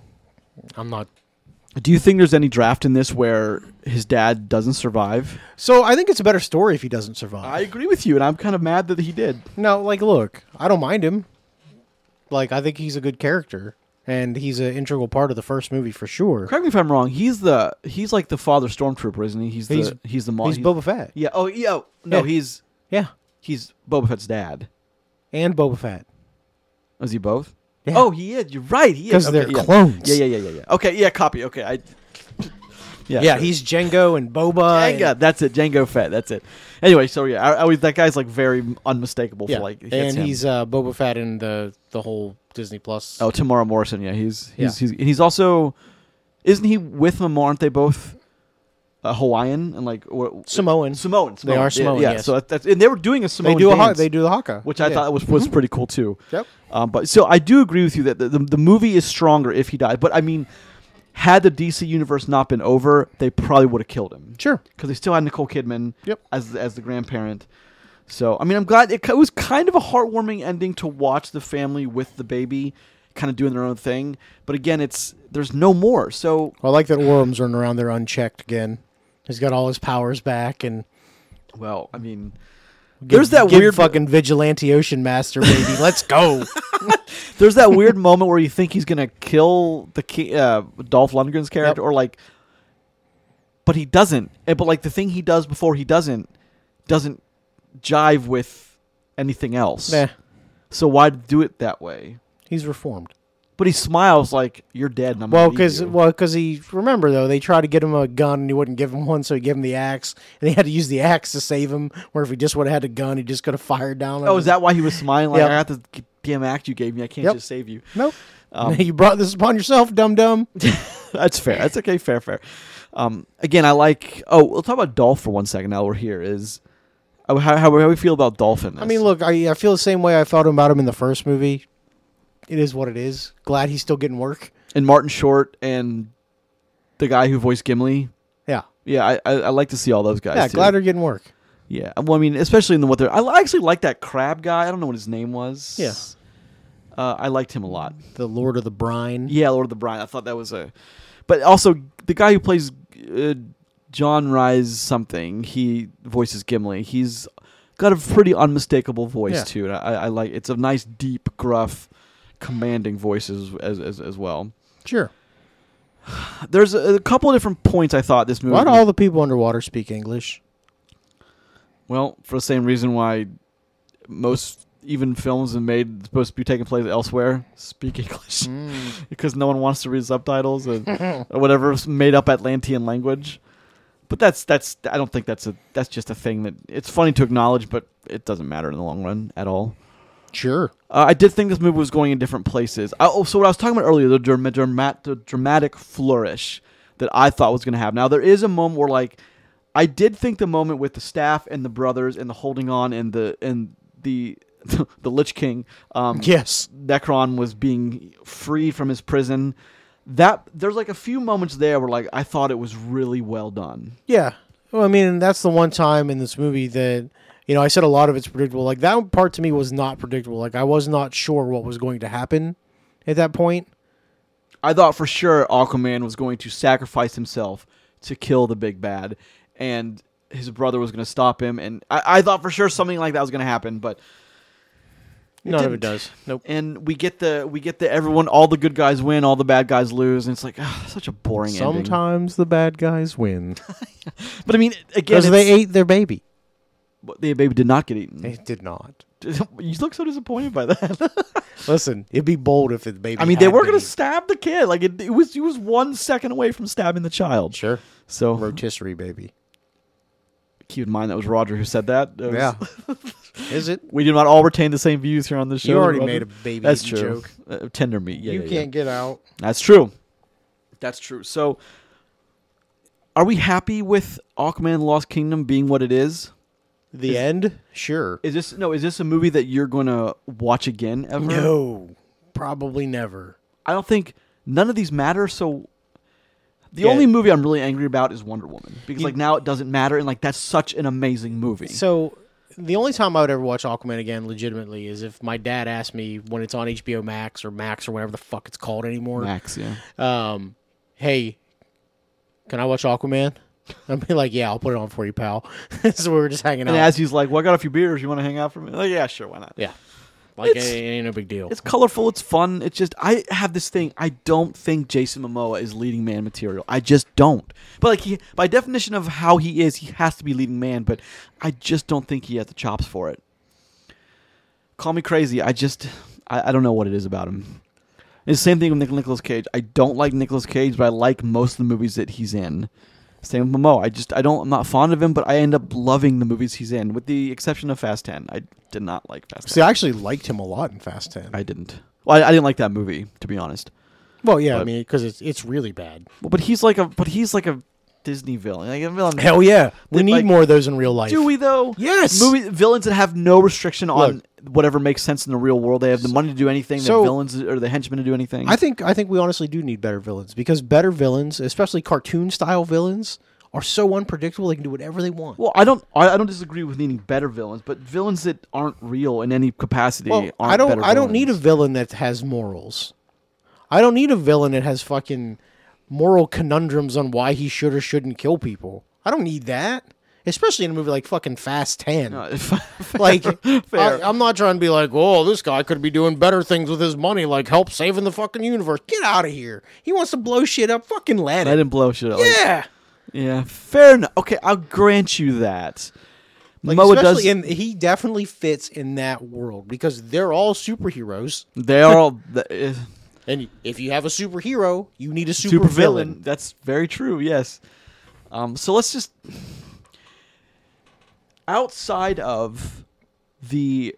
S2: I'm not.
S1: do you think there's any draft in this where his dad doesn't survive?
S2: So I think it's a better story if he doesn't survive.
S1: I agree with you, and I'm kind of mad that he did.
S2: No, like, look, I don't mind him. Like, I think he's a good character, and he's an integral part of the first movie for sure.
S1: Correct me if I'm wrong. He's the he's like the father stormtrooper, isn't he? He's the he's,
S2: He's-
S1: the mom.
S2: he's Boba Fett.
S1: Yeah. Oh yeah. oh, No,
S2: Yeah.
S1: he's
S2: Yeah,
S1: he's Boba Fett's dad.
S2: and Boba Fett.
S1: Is he both?
S2: Yeah.
S1: Oh, he is. You're right. He is.
S2: 'Cause they're
S1: yeah.
S2: clones.
S1: Yeah, yeah, yeah, yeah, yeah. Okay, yeah. Copy. Okay, I. Yeah,
S2: Yeah,
S1: sure.
S2: he's Django and Boba.
S1: Django. That's it. Django Fett. That's it. Anyway, so yeah, I, I was, that guy's like very unmistakable.
S2: And, yeah,
S1: for, like, it's
S2: and
S1: him.
S2: he's uh, Boba Fett in the the whole Disney Plus.
S1: oh Tamara Morrison. Yeah, he's he's
S2: Yeah.
S1: he's and he's also isn't he with them? Aren't they both uh, Hawaiian and like or,
S2: Samoan.
S1: Samoan,
S2: They are Samoan,
S1: Yeah, yeah,
S2: yes.
S1: so that, that's and they were doing a Samoan.
S2: they do a ha-
S1: dance,
S2: they do the haka,
S1: which I
S2: Yeah.
S1: thought was was pretty cool too.
S2: Yep.
S1: Um, but so I do agree with you that the, the, the movie is stronger if he died. But I mean, had the DC universe not been over, they probably would have killed him.
S2: Sure.
S1: because they still had Nicole Kidman
S2: Yep.
S1: as as the grandparent. So I mean, I'm glad it, ki- it was kind of a heartwarming ending to watch the family with the baby, kind of doing their own thing. But again, it's there's no more. So
S2: I like that Orm's running around there unchecked again. He's got all his powers back, and
S1: well, I mean,
S2: give-
S1: There's that
S2: give
S1: weird-
S2: fucking vigilante ocean master baby. Let's go.
S1: there's that weird moment where you think he's gonna kill the ki- uh, Dolph Lundgren's character, or like, but he doesn't. And, but like the thing he does before he doesn't doesn't jive with anything else.
S2: Nah,
S1: So why do it that way?
S2: he's reformed.
S1: But he smiles like you're dead. And I'm
S2: Well,
S1: gonna eat
S2: because
S1: you."
S2: well, 'cause he remember though they tried to get him a gun and he wouldn't give him one, so he gave him the axe, and he had to use the axe to save him. Where if he just would have had a gun, he just could have fired down. on
S1: oh,
S2: him.
S1: is that why he was smiling? Like
S2: Yep.
S1: I got the g- damn act you gave me. I can't
S2: Yep.
S1: just save you.
S2: nope?
S1: Um,
S2: you brought this upon yourself, dum dum.
S1: That's fair. That's okay. Fair, fair. Um, again, I like. Oh, we'll talk about Dolph for one second. Now we're here. Is oh, how how, how we feel about Dolph in this?
S2: I mean, look, I, I feel the same way I felt about him in the first movie. It is what it is. Glad he's still getting work.
S1: and Martin Short and the guy who voiced Gimli.
S2: Yeah,
S1: Yeah, I I, I like to see all those guys.
S2: yeah.
S1: too.
S2: Glad they're getting work.
S1: Yeah. Well, I mean, especially in the what they're. I actually like that crab guy. I don't know what his name was.
S2: Yeah.
S1: Uh, I liked him a lot.
S2: The Lord of the Brine.
S1: Yeah, Lord of the Brine. I thought that was a, but also the guy who plays uh, John Rise something. He voices Gimli. He's got a pretty unmistakable voice
S2: Yeah.
S1: too. And I, I like it's a nice, deep, gruff, commanding voice as as as, as well.
S2: Sure.
S1: There's a, a couple of different points I thought this movie.
S2: Why do all the people underwater speak English?
S1: well, for the same reason why most even films and made supposed to be taking place elsewhere speak English
S2: Mm-hmm.
S1: because no one wants to read subtitles and or whatever is made up Atlantean language. But that's that's I don't think that's a that's just a thing that it's funny to acknowledge, but it doesn't matter in the long run at all.
S2: Sure.
S1: Uh, I did think this movie was going in different places. I, oh, so what I was talking about earlier, the, drama, dramat, the dramatic flourish that I thought was going to happen. Now there is a moment where, like, I did think the moment with the staff and the brothers and the holding on and the and the the Lich King, um,
S2: Yes.
S1: Necron was being freed from his prison. That there's like a few moments there where, like, I thought it was really well done.
S2: Yeah. Well, I mean, that's the one time in this movie that you know I said a lot of it's predictable. Like that part to me was not predictable. Like I was not sure what was going to happen at that point.
S1: I thought for sure Aquaman was going to sacrifice himself to kill the big bad, and his brother was going to stop him. And I, I thought for sure something like that was going to happen. But
S2: None of
S1: didn't.
S2: it does. Nope.
S1: and we get the we get the everyone all the good guys win, all the bad guys lose, and it's like ah, such a boring ending.
S2: Sometimes the bad guys win
S1: But I mean, again,
S2: because they
S1: it's-
S2: ate their baby.
S1: But the baby did not get eaten.
S2: They did not.
S1: you look so disappointed by that.
S2: Listen, it'd be bold if the baby.
S1: I mean, they
S2: had
S1: were going to
S2: baby.
S1: stab the kid. Like it, it was, he was one second away from stabbing the child.
S2: sure
S1: So
S2: rotisserie baby.
S1: keep in mind that was Roger who said that. That was-
S2: Yeah. Is it?
S1: We do not all retain the same views here on this show.
S2: You already
S1: Roger.
S2: made a baby
S1: That's
S2: eating
S1: true.
S2: joke.
S1: Uh, tender meat. Yeah,
S2: you
S1: yeah, yeah.
S2: can't get out.
S1: That's true. That's true. So Are we happy with Aquaman: The Lost Kingdom being what it is?
S2: The end? Sure.
S1: Is this no? Is this a movie that you're gonna watch again ever?
S2: No, probably never.
S1: I don't think none of these matter. So the
S2: Yeah.
S1: only movie I'm really angry about is Wonder Woman because like now it doesn't matter and like that's such an amazing movie.
S2: So the only time I would ever watch Aquaman again legitimately is if my dad asked me when it's on HBO Max or Max or whatever the fuck it's called anymore.
S1: Max, yeah.
S2: um, hey, can I watch Aquaman? I'd be like, yeah, I'll put it on for you, pal. so we were just hanging out.
S1: And as he's like, "Well, I got a few beers. You want to hang out for me?" Like, yeah, sure, why not?
S2: yeah. Like,
S1: It's-
S2: it ain't no big deal.
S1: It's colorful. It's fun. It's just I have this thing. I don't think Jason Momoa is leading man material. I just don't. But like he, by definition of how he is, he has to be leading man. But I just don't think he has the chops for it. Call me crazy. I just I, I don't know what it is about him. It's the same thing with Nic- Nicolas Cage. I don't like Nicolas Cage, but I like most of the movies that he's in. Same with Momoa. I just I don't I'm not fond of him, but I end up loving the movies he's in, with the exception of Fast Ten. I did not like Fast Ten.
S2: See, I actually liked him a lot in Fast 10.
S1: I didn't. Well, I, I didn't like that movie, to be honest.
S2: well, yeah, I
S1: but-
S2: mean, because it's, it's really bad.
S1: Well, but he's like a but he's like a Disney villain. Like a villain.
S2: Hell yeah. We
S1: Did,
S2: need
S1: like-
S2: more of those in real life.
S1: Do we though?
S2: Yes.
S1: Movie villains that have no restriction on whatever makes sense in the real world. They have the money to do anything.
S2: so-
S1: the villains or the henchmen to do anything.
S2: I think I think we honestly do need better villains because better villains, especially cartoon style villains, are so unpredictable they can do whatever they want.
S1: well, I don't. I, I don't disagree with needing better villains, but villains that aren't real in any capacity
S2: Well,
S1: aren't.
S2: I don't
S1: better
S2: I don't need a
S1: villains.
S2: villain that has morals. I don't need a villain that has fucking moral conundrums on why he should or shouldn't kill people. I don't need that. Especially in a movie like fucking Fast 10. like
S1: fair.
S2: I, am not trying to be like, oh, this guy could be doing better things with his money, like help saving the fucking universe. Get out of here. He wants to blow shit up. Fucking let
S1: I
S2: it.
S1: didn't blow shit up. Like,
S2: Yeah.
S1: yeah, fair enough. Okay, I'll grant you that.
S2: Like,
S1: Moa does.
S2: especially in he definitely fits in that world because they're all superheroes.
S1: they are all. th- eh.
S2: And if you have a superhero, you need a super,
S1: super
S2: villain.
S1: villain. That's very true. Yes. Um, so let's just outside of the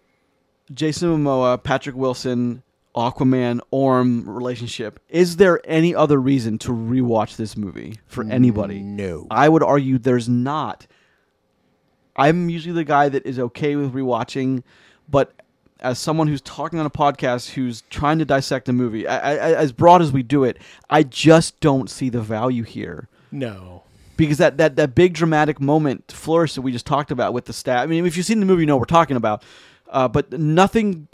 S1: Jason Momoa, Patrick Wilson, Aquaman, Orm relationship. Is there any other reason to rewatch this movie for
S2: Mm,
S1: anybody?
S2: No.
S1: I would argue there's not. I'm usually the guy that is okay with rewatching, but as someone who's talking on a podcast who's trying to dissect a movie, I, I, as broad as we do it, I just don't see the value here
S2: No.
S1: because that, that, that big dramatic moment flourish that we just talked about with the stab. I mean, if you've seen the movie, you know what we're talking about. Uh, but nothing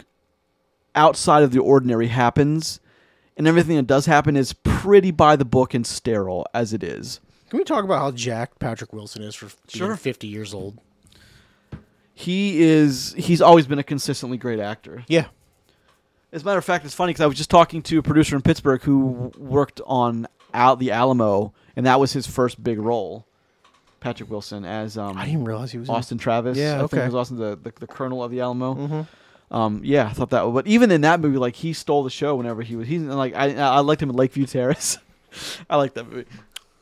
S1: outside of the ordinary happens, and everything that does happen is pretty by the book and sterile as it is.
S2: Can we talk about how Jack Patrick Wilson is for being
S1: Sure.
S2: 50 years old?
S1: He is. He's always been a consistently great actor.
S2: Yeah.
S1: As a matter of fact, it's funny because I was just talking to a producer in Pittsburgh who worked on Al- the Alamo, and that was his first big role. Patrick Wilson as um,
S2: I didn't realize he was in-
S1: Austin Travis.
S2: Yeah,
S1: I think
S2: okay. Mm-hmm.
S1: it was Austin the, the, the Colonel of the Alamo. Um, yeah, I thought that. But even in that movie, like he stole the show whenever he was. He's like I I liked him in Lakeview Terrace. I like that movie.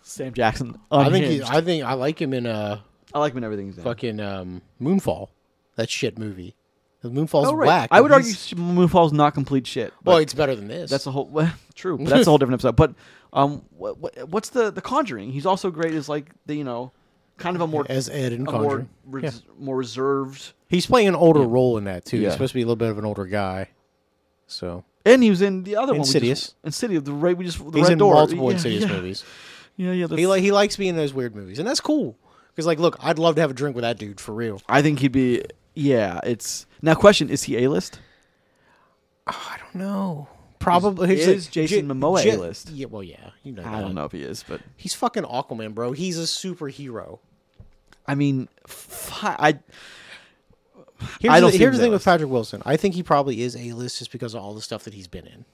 S1: Sam Jackson.
S2: I think he,
S1: unhinged.
S2: I think I like him in uh
S1: I like him in everything he's in.
S2: fucking um, Moonfall. That shit movie. The Moonfall's
S1: Oh, right.
S2: whack.
S1: I would
S2: but
S1: argue
S2: he's-
S1: Sh- Moonfall's not complete shit. but-
S2: Well, it's better than this.
S1: That's a whole well, true. But that's a whole different episode. But um, what, what, what's the the Conjuring? He's also great as like the you know, kind of a more
S2: as Ed and
S1: a
S2: Conjuring.
S1: more res, more reserved.
S2: He's playing an older role in that too.
S1: Yeah.
S2: He's supposed to be a little bit of an older guy. So
S1: And he was in the other
S2: Insidious.
S1: one, Insidious. Insidious, the right we just the
S2: he's
S1: red
S2: in
S1: door.
S2: multiple
S1: yeah,
S2: Insidious
S1: yeah.
S2: movies.
S1: Yeah, yeah. that's-
S2: He like he likes being in those weird movies, and that's cool. Because like, look, I'd love to have a drink with that dude for real.
S1: I think he'd be. Yeah, it's now. Question: Is he a list?
S2: I don't know. Probably
S1: Is- is Jason Momoa
S2: J-
S1: A-list?
S2: Yeah, well, yeah, you know.
S1: I
S2: that.
S1: don't know if he is, but
S2: He's fucking Aquaman, bro. He's a superhero.
S1: I mean, fi- I
S2: Here's,
S1: don't
S2: the,
S1: think
S2: here's the
S1: he's
S2: thing with
S1: A-list.
S2: Patrick Wilson. I think he probably is a list just because of all the stuff that he's been in.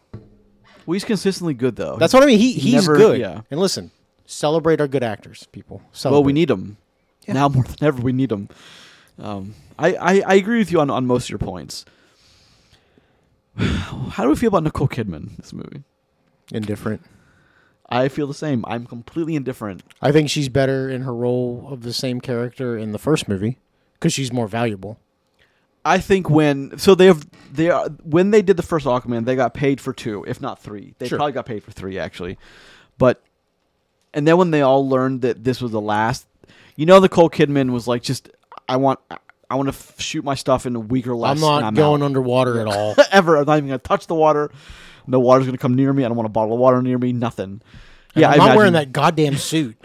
S1: well, he's consistently good though.
S2: That's what I mean. He he's
S1: Never-
S2: good.
S1: yeah.
S2: And listen, celebrate our good actors, people. Celebrate.
S1: Well, we need them now more than ever. We need them. Um, I, I, I agree with you on, on most of your points. How do we feel about Nicole Kidman in this movie?
S2: indifferent.
S1: I feel the same. I'm completely indifferent.
S2: I think she's better in her role of the same character in the first movie because she's more valuable.
S1: I think when so they have they are when they did the first Aquaman, they got paid for two, if not three. They
S2: Sure.
S1: probably got paid for three actually, but And then when they all learned that this was the last, you know, the Cole Kidman was like, just I want, I want to f- shoot my stuff in a week or less.
S2: I'm
S1: and
S2: not
S1: I'm
S2: going
S1: out.
S2: underwater at all.
S1: ever. I'm not even gonna touch the water. No water's gonna come near me. I don't want a bottle of water near me. Nothing. yeah,
S2: I'm
S1: I
S2: not
S1: imagine-
S2: wearing that goddamn suit.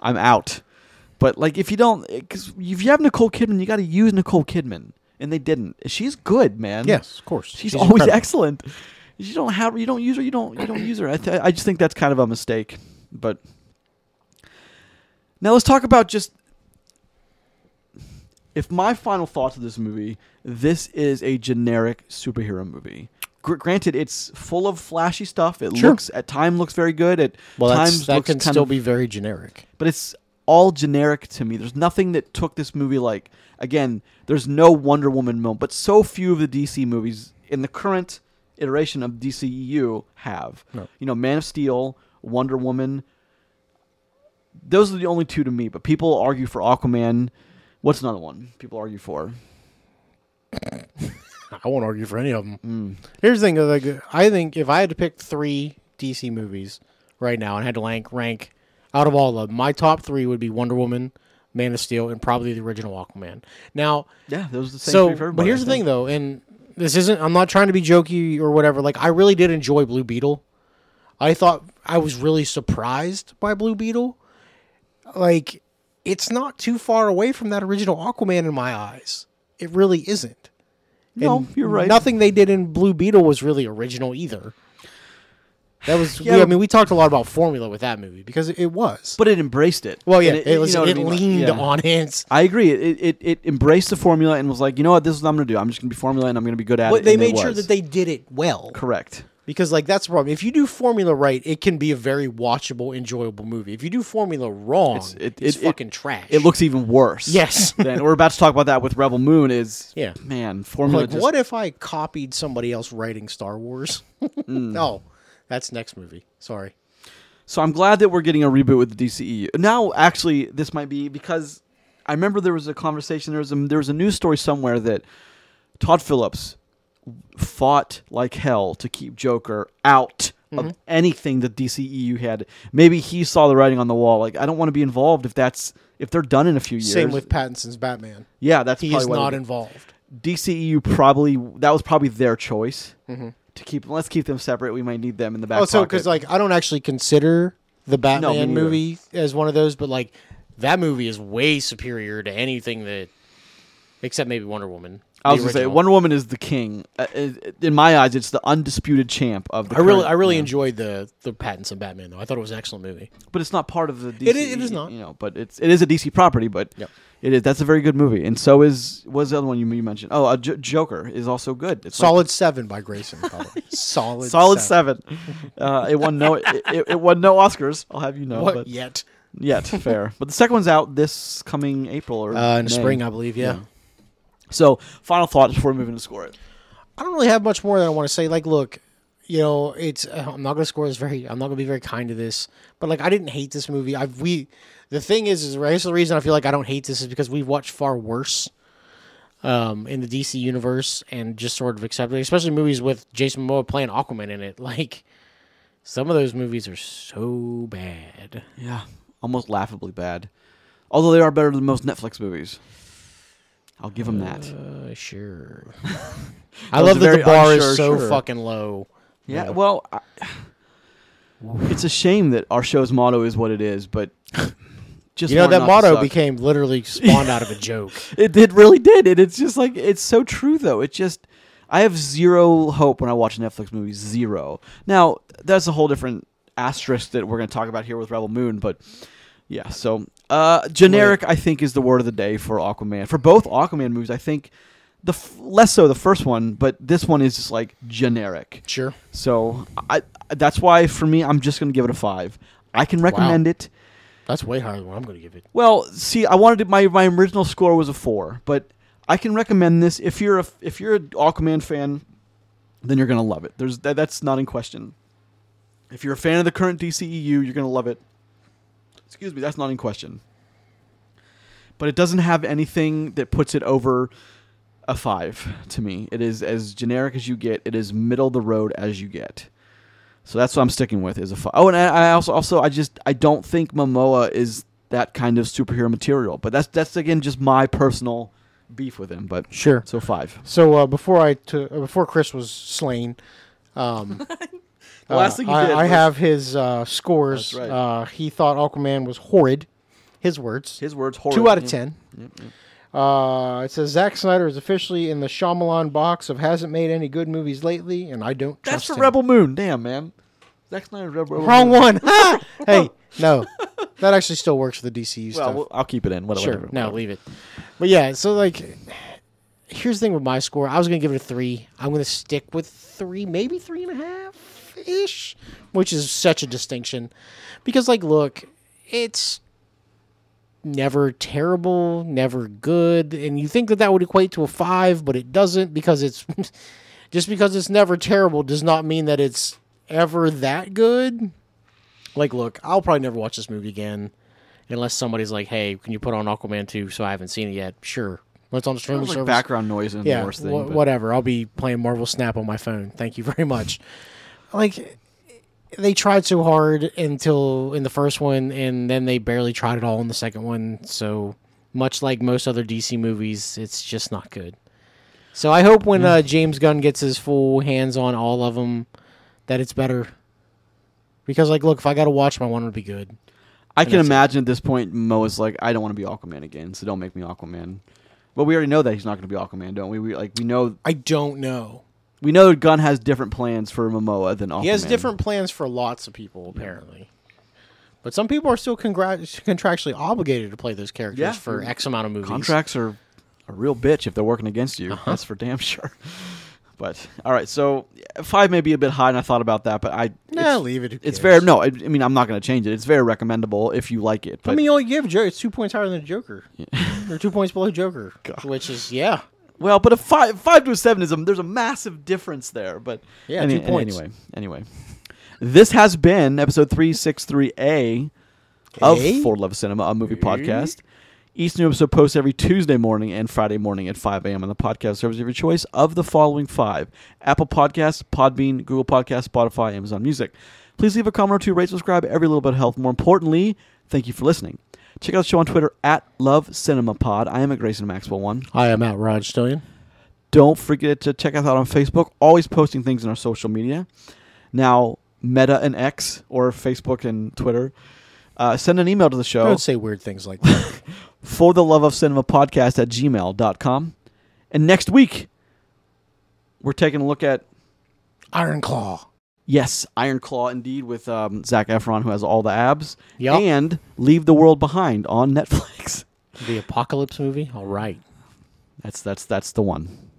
S1: I'm out. But like, if you don't, because if you have Nicole Kidman, you got to use Nicole Kidman, and they didn't. She's good, man.
S2: Yes, of course.
S1: she's,
S2: She's
S1: always
S2: incredible.
S1: excellent. You don't have, you don't use her, you don't, you don't use her. I, th- I just think that's kind of a mistake. But now let's talk about just if my final thoughts of this movie. This is a generic superhero movie. Gr- granted, it's full of flashy stuff. It
S2: Sure.
S1: looks at time looks very good. At
S2: well,
S1: times
S2: that's, that
S1: looks
S2: can
S1: kind
S2: still
S1: of
S2: be very generic.
S1: but it's all generic to me. There's nothing that took this movie like again, there's no Wonder Woman moment, but so few of the DC movies in the current iteration of DCEU have.
S2: No.
S1: You know, Man of Steel, Wonder Woman. Those are the only two to me, but people argue for Aquaman. What's another one people argue for?
S2: I won't argue for any of them. Here's the thing: though, like, I think if I had to pick three DC movies right now and had to rank rank out of all of them, my top three would be Wonder Woman, Man of Steel, and probably the original Aquaman. Now,
S1: Yeah, those are the same
S2: so
S1: three for
S2: but
S1: everybody,
S2: here's
S1: I
S2: the
S1: think.
S2: thing though, and this isn't. I'm not trying to be jokey or whatever. Like, I really did enjoy Blue Beetle. I thought I was really surprised by Blue Beetle. Like, it's not too far away from that original Aquaman in my eyes. It really isn't.
S1: No,
S2: And
S1: you're right.
S2: Nothing they did in Blue Beetle was really original either. That was.
S1: Yeah,
S2: we- I
S1: but-
S2: mean, we talked a lot about formula with that movie because it was.
S1: But it embraced it.
S2: well, yeah,
S1: And
S2: it, was.
S1: you know what
S2: it
S1: I mean? Like,
S2: leaned
S1: yeah.
S2: on it.
S1: I agree. It, it it embraced the formula and was like, you know what, this is what I'm gonna do. I'm just gonna be formula and I'm gonna be good at it.
S2: But they
S1: and it
S2: made sure
S1: was.
S2: that they did it well.
S1: correct.
S2: Because like that's the problem. If you do formula right, it can be a very watchable, enjoyable movie. If you do formula wrong, it's,
S1: it- it- it-
S2: fucking trash.
S1: It looks even worse.
S2: yes.
S1: Then we're about to talk about that with Rebel Moon. Is
S2: Yeah.
S1: man formula
S2: like
S1: just-
S2: what if I copied somebody else writing Star Wars?
S1: Hmm.
S2: No, that's next movie. Sorry.
S1: So I'm glad that we're getting a reboot with the DCEU. Now, actually, this might be because I remember there was a conversation. There was a there was a news story somewhere that Todd Phillips fought like hell to keep Joker out
S2: Mm-hmm.
S1: of anything that DCEU had. Maybe he saw the writing on the wall. Like I don't want to be involved if that's if they're done in a few years.
S2: Same with Pattinson's Batman.
S1: yeah, that's
S2: He
S1: probably
S2: is
S1: why they
S2: not
S1: did-
S2: involved.
S1: DCEU E probably that was probably their choice to keep. Let's keep them separate. We might need them in the back.
S2: Mm-hmm. Oh, so because
S1: pocket.
S2: like I don't actually consider the Batman
S1: neither.
S2: movie as one of those, but like that movie is way superior to anything that, except maybe Wonder Woman.
S1: I
S2: the
S1: was gonna say
S2: original.
S1: Wonder Woman is the king. Uh, it- in my eyes, it's the undisputed champ of the.
S2: I really,
S1: current-
S2: I really enjoyed the the Pattinson Batman though. I thought it was an excellent movie.
S1: but it's not part of the. DC,
S2: It is- it is not.
S1: You know, but it's it is a DC property, but
S2: Yep.
S1: it is that's a very good movie, and so is was the other one you, you mentioned. Oh, uh, J- Joker is also good. It's like
S2: Solid seven by Grayson. probably. solid,
S1: solid seven. uh, it won no it, it, it won no Oscars. I'll have you know,
S2: What
S1: but
S2: yet?
S1: yet fair. But the second one's out this coming April or
S2: Uh, in the
S1: May.
S2: spring, I believe. Yeah.
S1: So final thoughts before we move into score it.
S2: I don't really have much more that I want to say. Like, look, you know, it's uh, I'm not gonna score this very. I'm not gonna be very kind to this, but like, I didn't hate this movie. I've we. The thing is, is right, that's the reason I feel like I don't hate this is because we've watched far worse. Um, in the DC universe, and just sort of accepted, especially movies with Jason Momoa playing Aquaman in it. Like, some of those movies are so bad.
S1: Yeah, almost laughably bad. Although they are better than most Netflix movies. I'll give them that.
S2: Uh, sure. I
S1: was
S2: love
S1: a
S2: that
S1: very
S2: the bar
S1: unsure
S2: is so
S1: sure.
S2: fucking low.
S1: yeah,
S2: yeah.
S1: well, I, it's a shame that our show's motto is what it is, but just
S2: You know
S1: learn
S2: that
S1: not to
S2: motto
S1: suck.
S2: became literally spawned out of a joke.
S1: it, it really did, and it's just like it's so true though. It just I have zero hope when I watch Netflix movies. Zero. Now that's a whole different asterisk that we're going to talk about here with Rebel Moon, but yeah. So uh, generic, I think, is the word of the day for Aquaman. For both Aquaman movies, I think the f- less so the first one, but this one is just like generic.
S2: Sure.
S1: So I that's why for me, I'm just going to give it a five. I can recommend it.
S2: That's way higher than what I'm going to give it.
S1: Well, see, I wanted to, my my original score was a four, but I can recommend this if you're a if you're an Aquaman fan, then you're gonna love it. There's that, that's not in question. If you're a fan of the current DCEU, you're gonna love it. Excuse me, that's not in question. But it doesn't have anything that puts it over a five to me. It is as generic as you get. It is middle of the road as you get. So that's what I'm sticking with is a fi- oh, and I, I also also I just I don't think Momoa is that kind of superhero material. But that's that's again just my personal beef with him. But
S2: Sure.
S1: so five.
S2: So uh, before I t- uh, before Chris was slain, um,
S1: The last thing you
S2: I,
S1: did
S2: I
S1: was-
S2: have his uh, scores.
S1: That's right.
S2: uh, he thought Aquaman was horrid. His words.
S1: His words horrible.
S2: Two out of ten. Uh, it says Zack Snyder is officially in the Shyamalan box of hasn't made any good movies lately, and I don't
S1: That's
S2: trust
S1: for
S2: him.
S1: Rebel Moon. Damn man. Zack Snyder's Rebel. Rebel
S2: Wrong
S1: Moon.
S2: one. Ah! hey, no, that actually still works for the DCU
S1: Well,
S2: stuff.
S1: well, I'll keep it in. Whatever.
S2: sure,
S1: whatever,
S2: no,
S1: whatever.
S2: leave it. But yeah, so like, here's the thing with my score. I was gonna give it a three. I'm gonna stick with three, maybe three and a half ish, which is such a distinction, because like, look, it's never terrible, never good, and you think that that would equate to a five, but it doesn't because it's just because it's never terrible does not mean that it's ever that good. Like, look, I'll probably never watch this movie again unless somebody's like, "Hey, can you put on Aquaman 2 so I haven't seen it yet?" Sure. When it's on the streaming
S1: Sounds like
S2: service.
S1: background noise and
S2: yeah,
S1: the worst thing.
S2: wha-
S1: but-
S2: whatever. I'll be playing Marvel Snap on my phone. Thank you very much. like they tried so hard until in the first one and then they barely tried at all in the second one. So much like most other DC movies, it's just not good. So I hope when uh, James Gunn gets his full hands on all of them that it's better. Because like look, if I got to watch my one would be good.
S1: I can
S2: that's it.
S1: imagine at this point Mo is like, I don't want to be Aquaman again, so don't make me Aquaman. But we already know that he's not going to be Aquaman, don't we? We like we know
S2: I don't know.
S1: we know Gunn has different plans for Momoa than Aquaman.
S2: He has different plans for lots of people, apparently. But some people are still congrat- contractually obligated to play those characters
S1: Yeah.
S2: for X amount of movies. Uh-huh.
S1: contracts are a real bitch if they're working against you. That's for damn sure. But all right, so five may be a bit high, and I thought about that, but I
S2: Nah,
S1: it's,
S2: leave it. Who
S1: It's
S2: cares?
S1: very no. I, I mean, I'm not going to change it. It's very recommendable if you like it. But
S2: I mean, you only give Joker. It's two points higher than Joker. or two points below Joker, which is yeah.
S1: well, but a five five to a seven is a, there's a massive difference there. But
S2: Yeah,
S1: any-
S2: two points.
S1: Anyway, anyway, this has been episode three six three a of
S2: Eh?
S1: For Love of Cinema, a movie podcast. Each new episode posts every Tuesday morning and Friday morning at 5 a.m. on the podcast service of your choice of the following five Apple Podcasts, Podbean, Google Podcasts, Spotify, Amazon Music. Please leave a comment or two, rate, subscribe, every little bit of help. More importantly, thank you for listening. Check out the show on Twitter at Love Cinema Pod. I am at Grayson Maxwell One.
S2: I am at Rod Stillion.
S1: Don't forget to check us out on Facebook. Always posting things in our social media. Now, Meta and X, or Facebook and Twitter. Uh, send an email to the
S2: I
S1: show
S2: don't say weird things like that.
S1: for the love of cinema podcast at gmail.com. And next week, we're taking a look at,
S2: Iron Claw.
S1: yes, Iron Claw indeed with um, Zach Efron, who has all the abs,
S2: Yep.
S1: and Leave the World Behind on Netflix.
S2: The apocalypse movie. All right.
S1: That's, that's, that's the one.